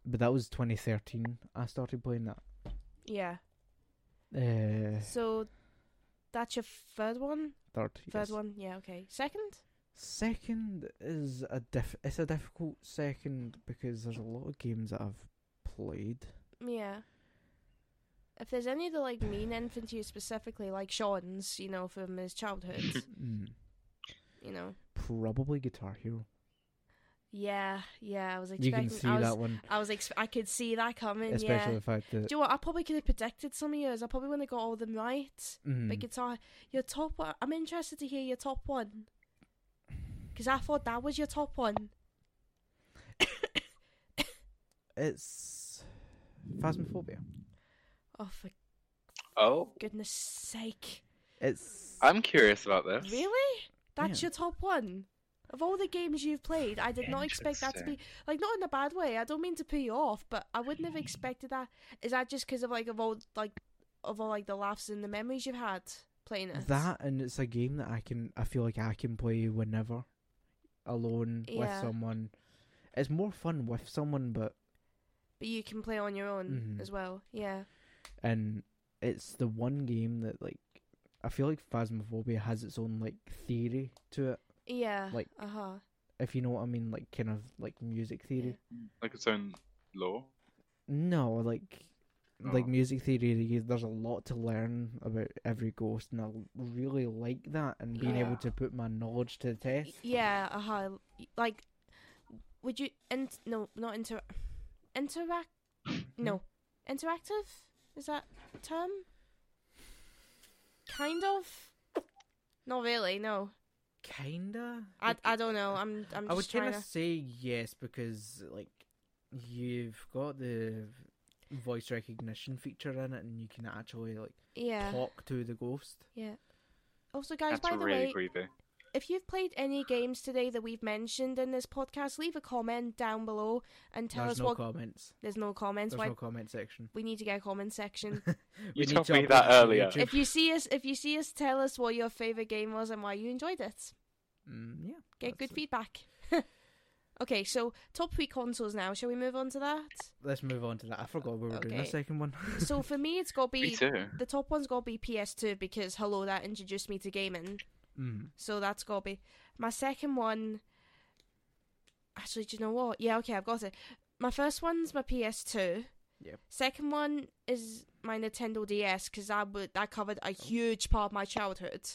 But that was twenty thirteen. I started playing that.
Yeah.
Uh,
So that's your third one.
third.
Third
yes.
one. Yeah. Okay. Second.
Second is a diff. It's a difficult second because there's a lot of games that I've played.
Yeah. If there's any that like mean anything to you specifically, like Sean's, you know, from his childhood,
Mm.
you know.
Probably Guitar Hero.
Yeah, yeah. I was
you
expecting.
can see
I was,
that one,
I was. Ex- I could see that coming.
especially
Yeah.
the fact that.
Do you know what? I probably could have predicted some of yours. I probably wouldn't have got all of them right.
Mm.
But guitar, your top one. I'm interested to hear your top one. Because I thought that was your top one.
it's Phasmophobia.
Oh, for
Oh,
goodness sake.
It's
I'm curious about this.
Really? That's
Yeah.
your top one? Of all the games you've played, I did not expect that to be. Like, not in a bad way. I don't mean to put you off, but I wouldn't
Hmm.
have expected that. Is that just because of, like, of all, like, of all, like, the laughs and the memories you've had playing it?
that, and it's a game that I can. I feel like I can play whenever, alone with
Yeah.
someone. It's more fun with someone, but
But you can play on your own
Mhm.
as well. Yeah.
and it's the one game that like I feel like Phasmophobia has its own like theory to it,
Yeah.
Like,
uh huh.
if you know what I mean, like kind of like music theory.
Like its own law.
No, like like
Oh.
music theory. you- There's a lot to learn about every ghost, and I really like that and being able
Yeah.
to put my knowledge to the test.
Yeah, uh huh. Like, would you? And no, not inter. Interact.
Hmm?
No, interactive is that a term? Kind of. Not really. No,
Kinda.
I, I don't know. I'm I'm
I would
just trying
kind
to.
of say yes because like you've got the voice recognition feature in it, and you can actually like
Yeah,
talk to the ghost.
yeah. Also, guys,
That's
by the
really
way,
creepy.
if you've played any games today that we've mentioned in this podcast, leave a comment down below and tell
There's
us
no
what.
comments.
there's no comments.
There's
why
no comment section.
we need to get a comment section.
We need
told
to
me
upload
that
it to
earlier.
YouTube.
if you see us, if you see us, tell us what your favorite game was and why you enjoyed it.
Mm, yeah.
Get
that's
good
it.
feedback. okay, so top three consoles now. Shall we move on to that?
Let's move on to that. I forgot we were doing the
Okay.
second one.
So for me, it's got to
Me
be
too.
the top one's got to be PS2 because hello, that introduced me to gaming.
mm.
So that's got to be my second one. Actually, do you know what? Yeah, okay, I've got it. My first one's my PS2.
Yep.
Second one is my Nintendo DS because I would that covered
Oh.
a huge part of my childhood.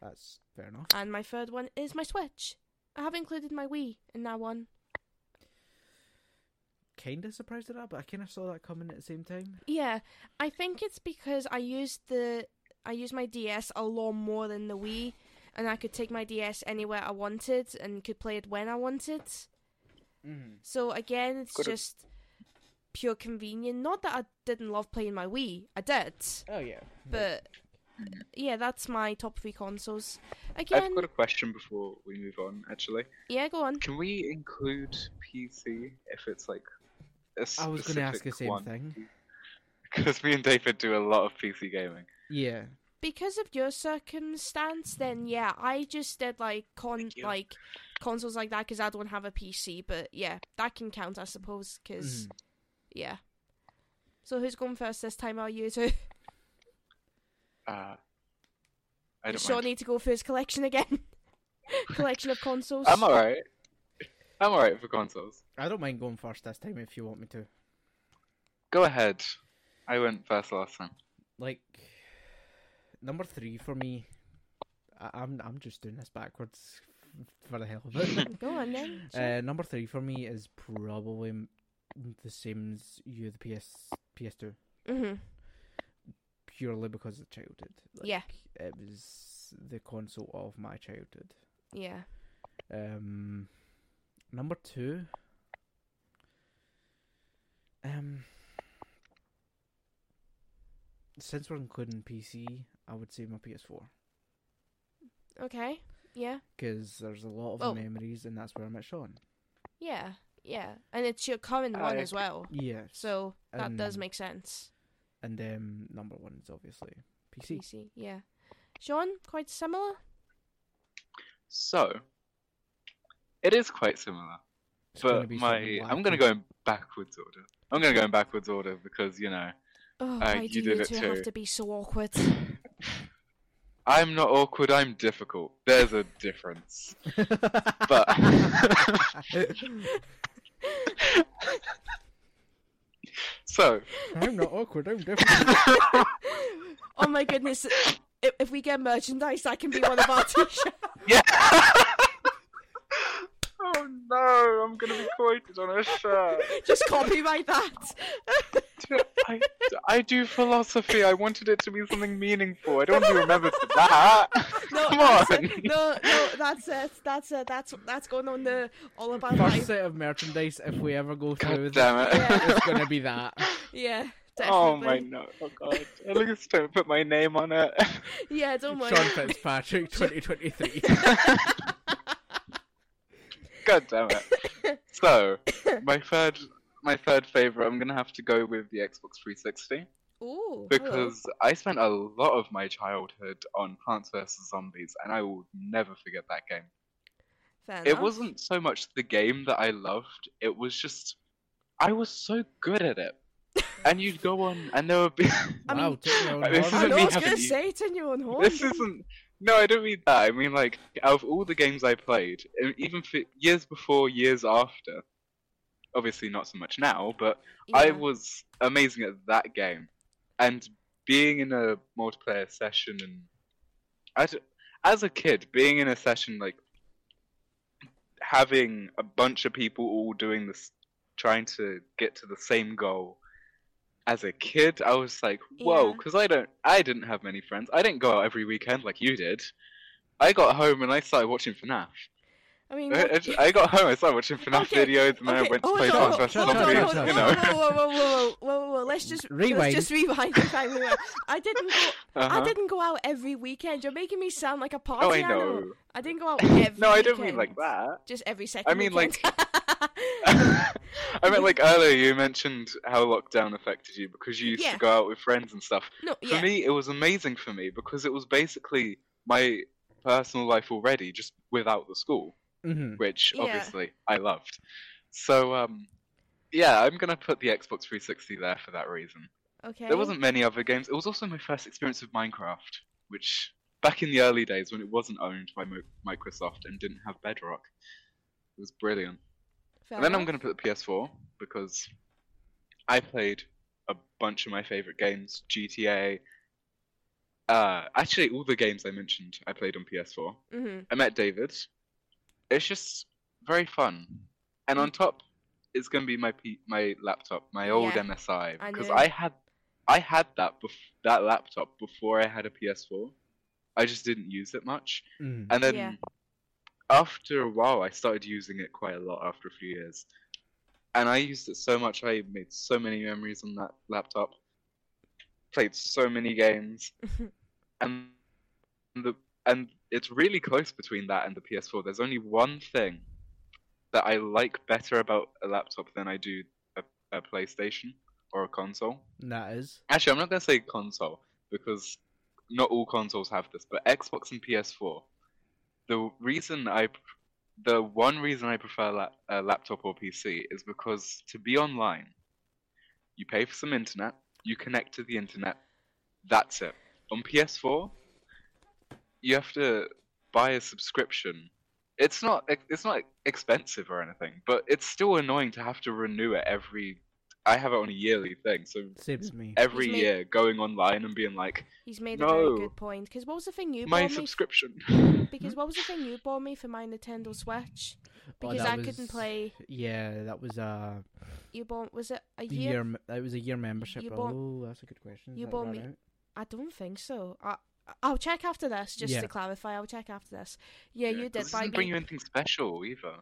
That's fair enough.
And my third one is my Switch. I have included my Wii in that one.
kind of surprised at that, but I kind of saw that coming at the same time.
Yeah, I think it's because I used the I used my DS a lot more than the Wii, and I could take my DS anywhere I wanted and could play it when I wanted.
Mm.
So again, it's
Could've-
just pure convenience. Not that I didn't love playing my Wii, I did,
Oh yeah,
but yeah, that's my top three consoles.
I've
Again,
got a question before we move on. Actually,
yeah, go on.
can we include PC if it's like a
I was going to ask the
specific
same
one?
thing.
Because me and David do a lot of PC gaming.
Yeah,
Because of your circumstance, then yeah, I just did like con
Thank you.
like consoles like that because I don't have a PC. But yeah, that can count, I suppose. Because
Mm-hmm.
Mhm.
yeah. So who's going first this time? Are you two?
Uh, I don't
Sure,
mind.
need to go for his collection again. collection of consoles.
I'm alright. I'm alright for consoles.
I don't mind going first this time if you want me to.
Go ahead. I went first last time.
Like number three for me, I- I'm I'm just doing this backwards for the hell of it.
Go on then. sure.
Uh, number three for me is probably m- the same as you, the PS PS2,
Mhm.
purely because of childhood.
Yeah.
it was the console of my childhood.
Yeah.
Um, number two. Um, since we're including PC, I would say my PS4
Okay. Yeah.
because there's a lot of
Oh.
memories, and that's where I met Sean.
Yeah. Yeah. And it's your current
Uh,
one
I-
as well,
Yeah.
so that does
um,
make sense.
and um, number one is obviously PC.
PC. Yeah. Sean, quite similar.
So, it is quite similar,
It's gonna
but
be
my
something
I'm gonna
wacky.
go in backwards order. I'm gonna go in backwards order because you know
Oh,
Uh,
why
you
do
did
you
it
two have
too.
to be so awkward?
I'm not awkward. I'm difficult. There's a difference. But so
I'm not awkward. I'm different.
oh my goodness! If, if we get merchandise, that can be one of our t-shirts.
yeah. oh no! I'm gonna be quoted on a shirt.
Just copyright that.
I, I do philosophy. I wanted it to be something meaningful. I don't want to be remembered for that.
No,
Come
that's
on.
it. No, no, that's it. That's it. That's that's going on the all about
First
life.
set of merchandise, if we ever go through
God
with it,
damn it.
Yeah.
it's gonna be that.
Yeah,
Oh my
definitely.
no! Oh god! At least don't put my name on it.
Yeah, don't worry.
Sean Fitzpatrick, 2023.
God damn it! So, my third, my third favorite, I'm gonna have to go with the Xbox 360
Ooh, hello.
because I spent a lot of my childhood on Plants vs Zombies, and I will never forget that game.
Fair
it
enough.
wasn't so much the game that I loved, it was just I was so good at it. and you'd go on and there would be
I mean-
wow, took me on
This
I
board.
isn't
know.
me
I was gonna
having you-
say it's in your own horn.
this isn't no, I don't mean that. I mean like out of all the games I played, e- even for years before, years after. Obviously not so much now, but I
Yeah.
was amazing at that game. And being in a multiplayer session and I d- as a kid, being in a session like having a bunch of people all doing this, trying to get to the same goal. As a kid, I was like, "Whoa!"
Yeah.
Because I don't, I didn't have many friends. I didn't go out every weekend like you did. I got home and I started watching FNAF.
I mean,
I,
what-
I j- I got home, I started watching FNAF
Okay,
videos, and then I
okay,
went to
hold
play
on,
Plants
hold on, hold
vs
on,
Zombies.
hold on,
You
hold
know. Uh-huh.
on, Whoa, whoa, whoa, whoa, whoa, whoa! Let's just
Rewind.
Let's just rewind. the time we were. I didn't go. I
Uh-huh.
didn't go out every weekend. You're making me sound like a party
Oh, I
animal.
know.
I didn't go out every.
No, I don't
weekend.
mean like that.
Just every second.
mean,
weekend.
I meant like earlier. You mentioned how lockdown affected you because you used
Yeah.
to go out with friends and stuff.
no,
for
yeah,
me it was amazing for me because it was basically my personal life already just without the school
Mhm.
which
Yeah.
obviously i loved so um yeah i'm gonna put the xbox 360 there for that reason
okay.
there wasn't many other games it was also my first experience with minecraft which back in the early days when it wasn't owned by Mo- microsoft and didn't have bedrock it was brilliant
Fair
and then I'm
enough.
going to put the PS4 because I played a bunch of my favorite games, GTA. Uh, actually, all the games I mentioned, I played on PS4.
Mhm.
I met David. It's just very fun, and on top, it's gonna be my P- my laptop, my old
Yeah,
MSI,
I
because
know.
I, had I had that bef- that laptop before I had a PS4. I just didn't use it much,
Mm.
and then
Yeah.
after a while, I started using it quite a lot after a few years, and I used it so much. I made so many memories on that laptop, played so many games,
Mm-hmm.
and the and it's really close between that and the PS4. There's only one thing that I like better about a laptop than I do a, a PlayStation or a console.
That is.
Actually, I'm not gonna say console because not all consoles have this, but Xbox and PS4. The reason I, pr- the one reason I prefer la- a laptop or PC is because to be online, you pay for some internet, you connect to the internet, that's it. On PS4, you have to buy a subscription. It's not it's not expensive or anything, but it's still annoying to have to renew it every. I have it on a yearly thing, so
Same as me.
every
He's made-
year going online and being like,
He's made a very
No.
good point. Because what was the thing you
my
bought
subscription.
me? Because what was the thing you bought me for my Nintendo Switch?
Oh,
Because
that
I couldn't
was-
play.
Yeah, that was a
You bought was it a year?
year. m- That was a year membership.
you bought-
oh, that's a good question. Is
you
that
bought
run
me-
out?
I don't think so. I I'll check after this just
Yeah.
to clarify. I'll check after this. Yeah, you did
This
buy
doesn't bring
me.
you anything special either.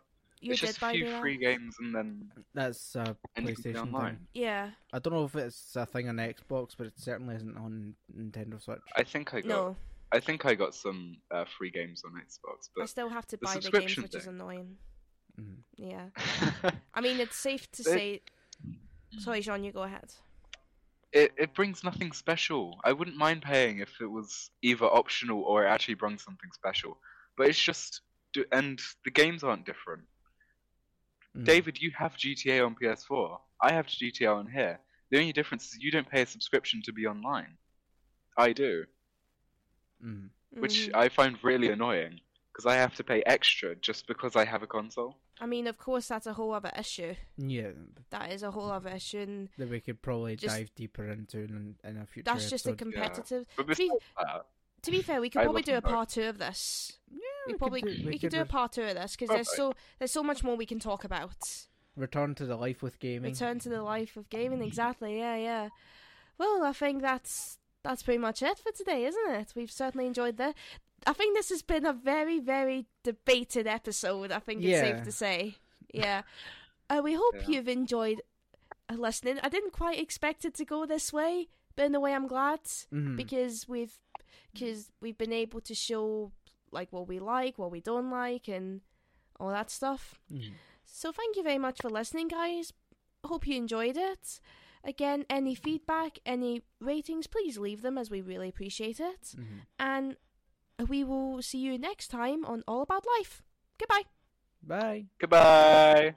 You
it's
did
just a
buy uh, me.
few
that.
free games and then
That's a
and you can play
PlayStation
online.
thing.
Yeah.
I don't know if it's a thing on Xbox, but it certainly isn't on Nintendo Switch.
I think I got
No,
I think I got some uh, free games on Xbox,
I
but
still have to
the
buy the games,
subscription
which is
thing.
annoying.
Mm.
Yeah. I mean, it's safe to
They-
say. Sorry, Jean, you go ahead.
it it brings nothing special. I wouldn't mind paying if it was either optional or it actually brings something special. But it's just d- and the games aren't different.
Mm.
David, you have GTA on PS4. I have GTA on here. The only difference is you don't pay a subscription to be online. I do,
Mm.
which
Mhm.
I find really annoying because I have to pay extra just because I have a console.
I mean, of course, that's a whole other issue.
Yeah,
That is a whole other issue. And
that we could probably
Just-
dive deeper into in, in a future.
that's just a
episode.
competitive.
But
To be,
before that,
to be fair, we could
I
probably
love
do a
them both.
part two of this.
yeah,
We, probably
could do,
we could do
re-
a part two of this because there's so there's so much more we can talk about.
return to the life with gaming.
Return to the life of gaming, exactly. Yeah, yeah. Well, I think that's that's pretty much it for today, isn't it? We've certainly enjoyed that. I think this has been a very, very debated episode. I think it's
Yeah.
safe to say. Yeah. Uh, we hope
Yeah.
you've enjoyed uh, listening. I didn't quite expect it to go this way, but in a way, I'm glad
Mhm.
because we've because we've been able to show like what we like, what we don't like, and all that stuff.
Mhm.
So thank you very much for listening, guys. Hope you enjoyed it. Again, any feedback, any ratings, please leave them as we really appreciate it.
Mhm.
And we will see you next time on All About Life. Goodbye.
Bye.
goodbye.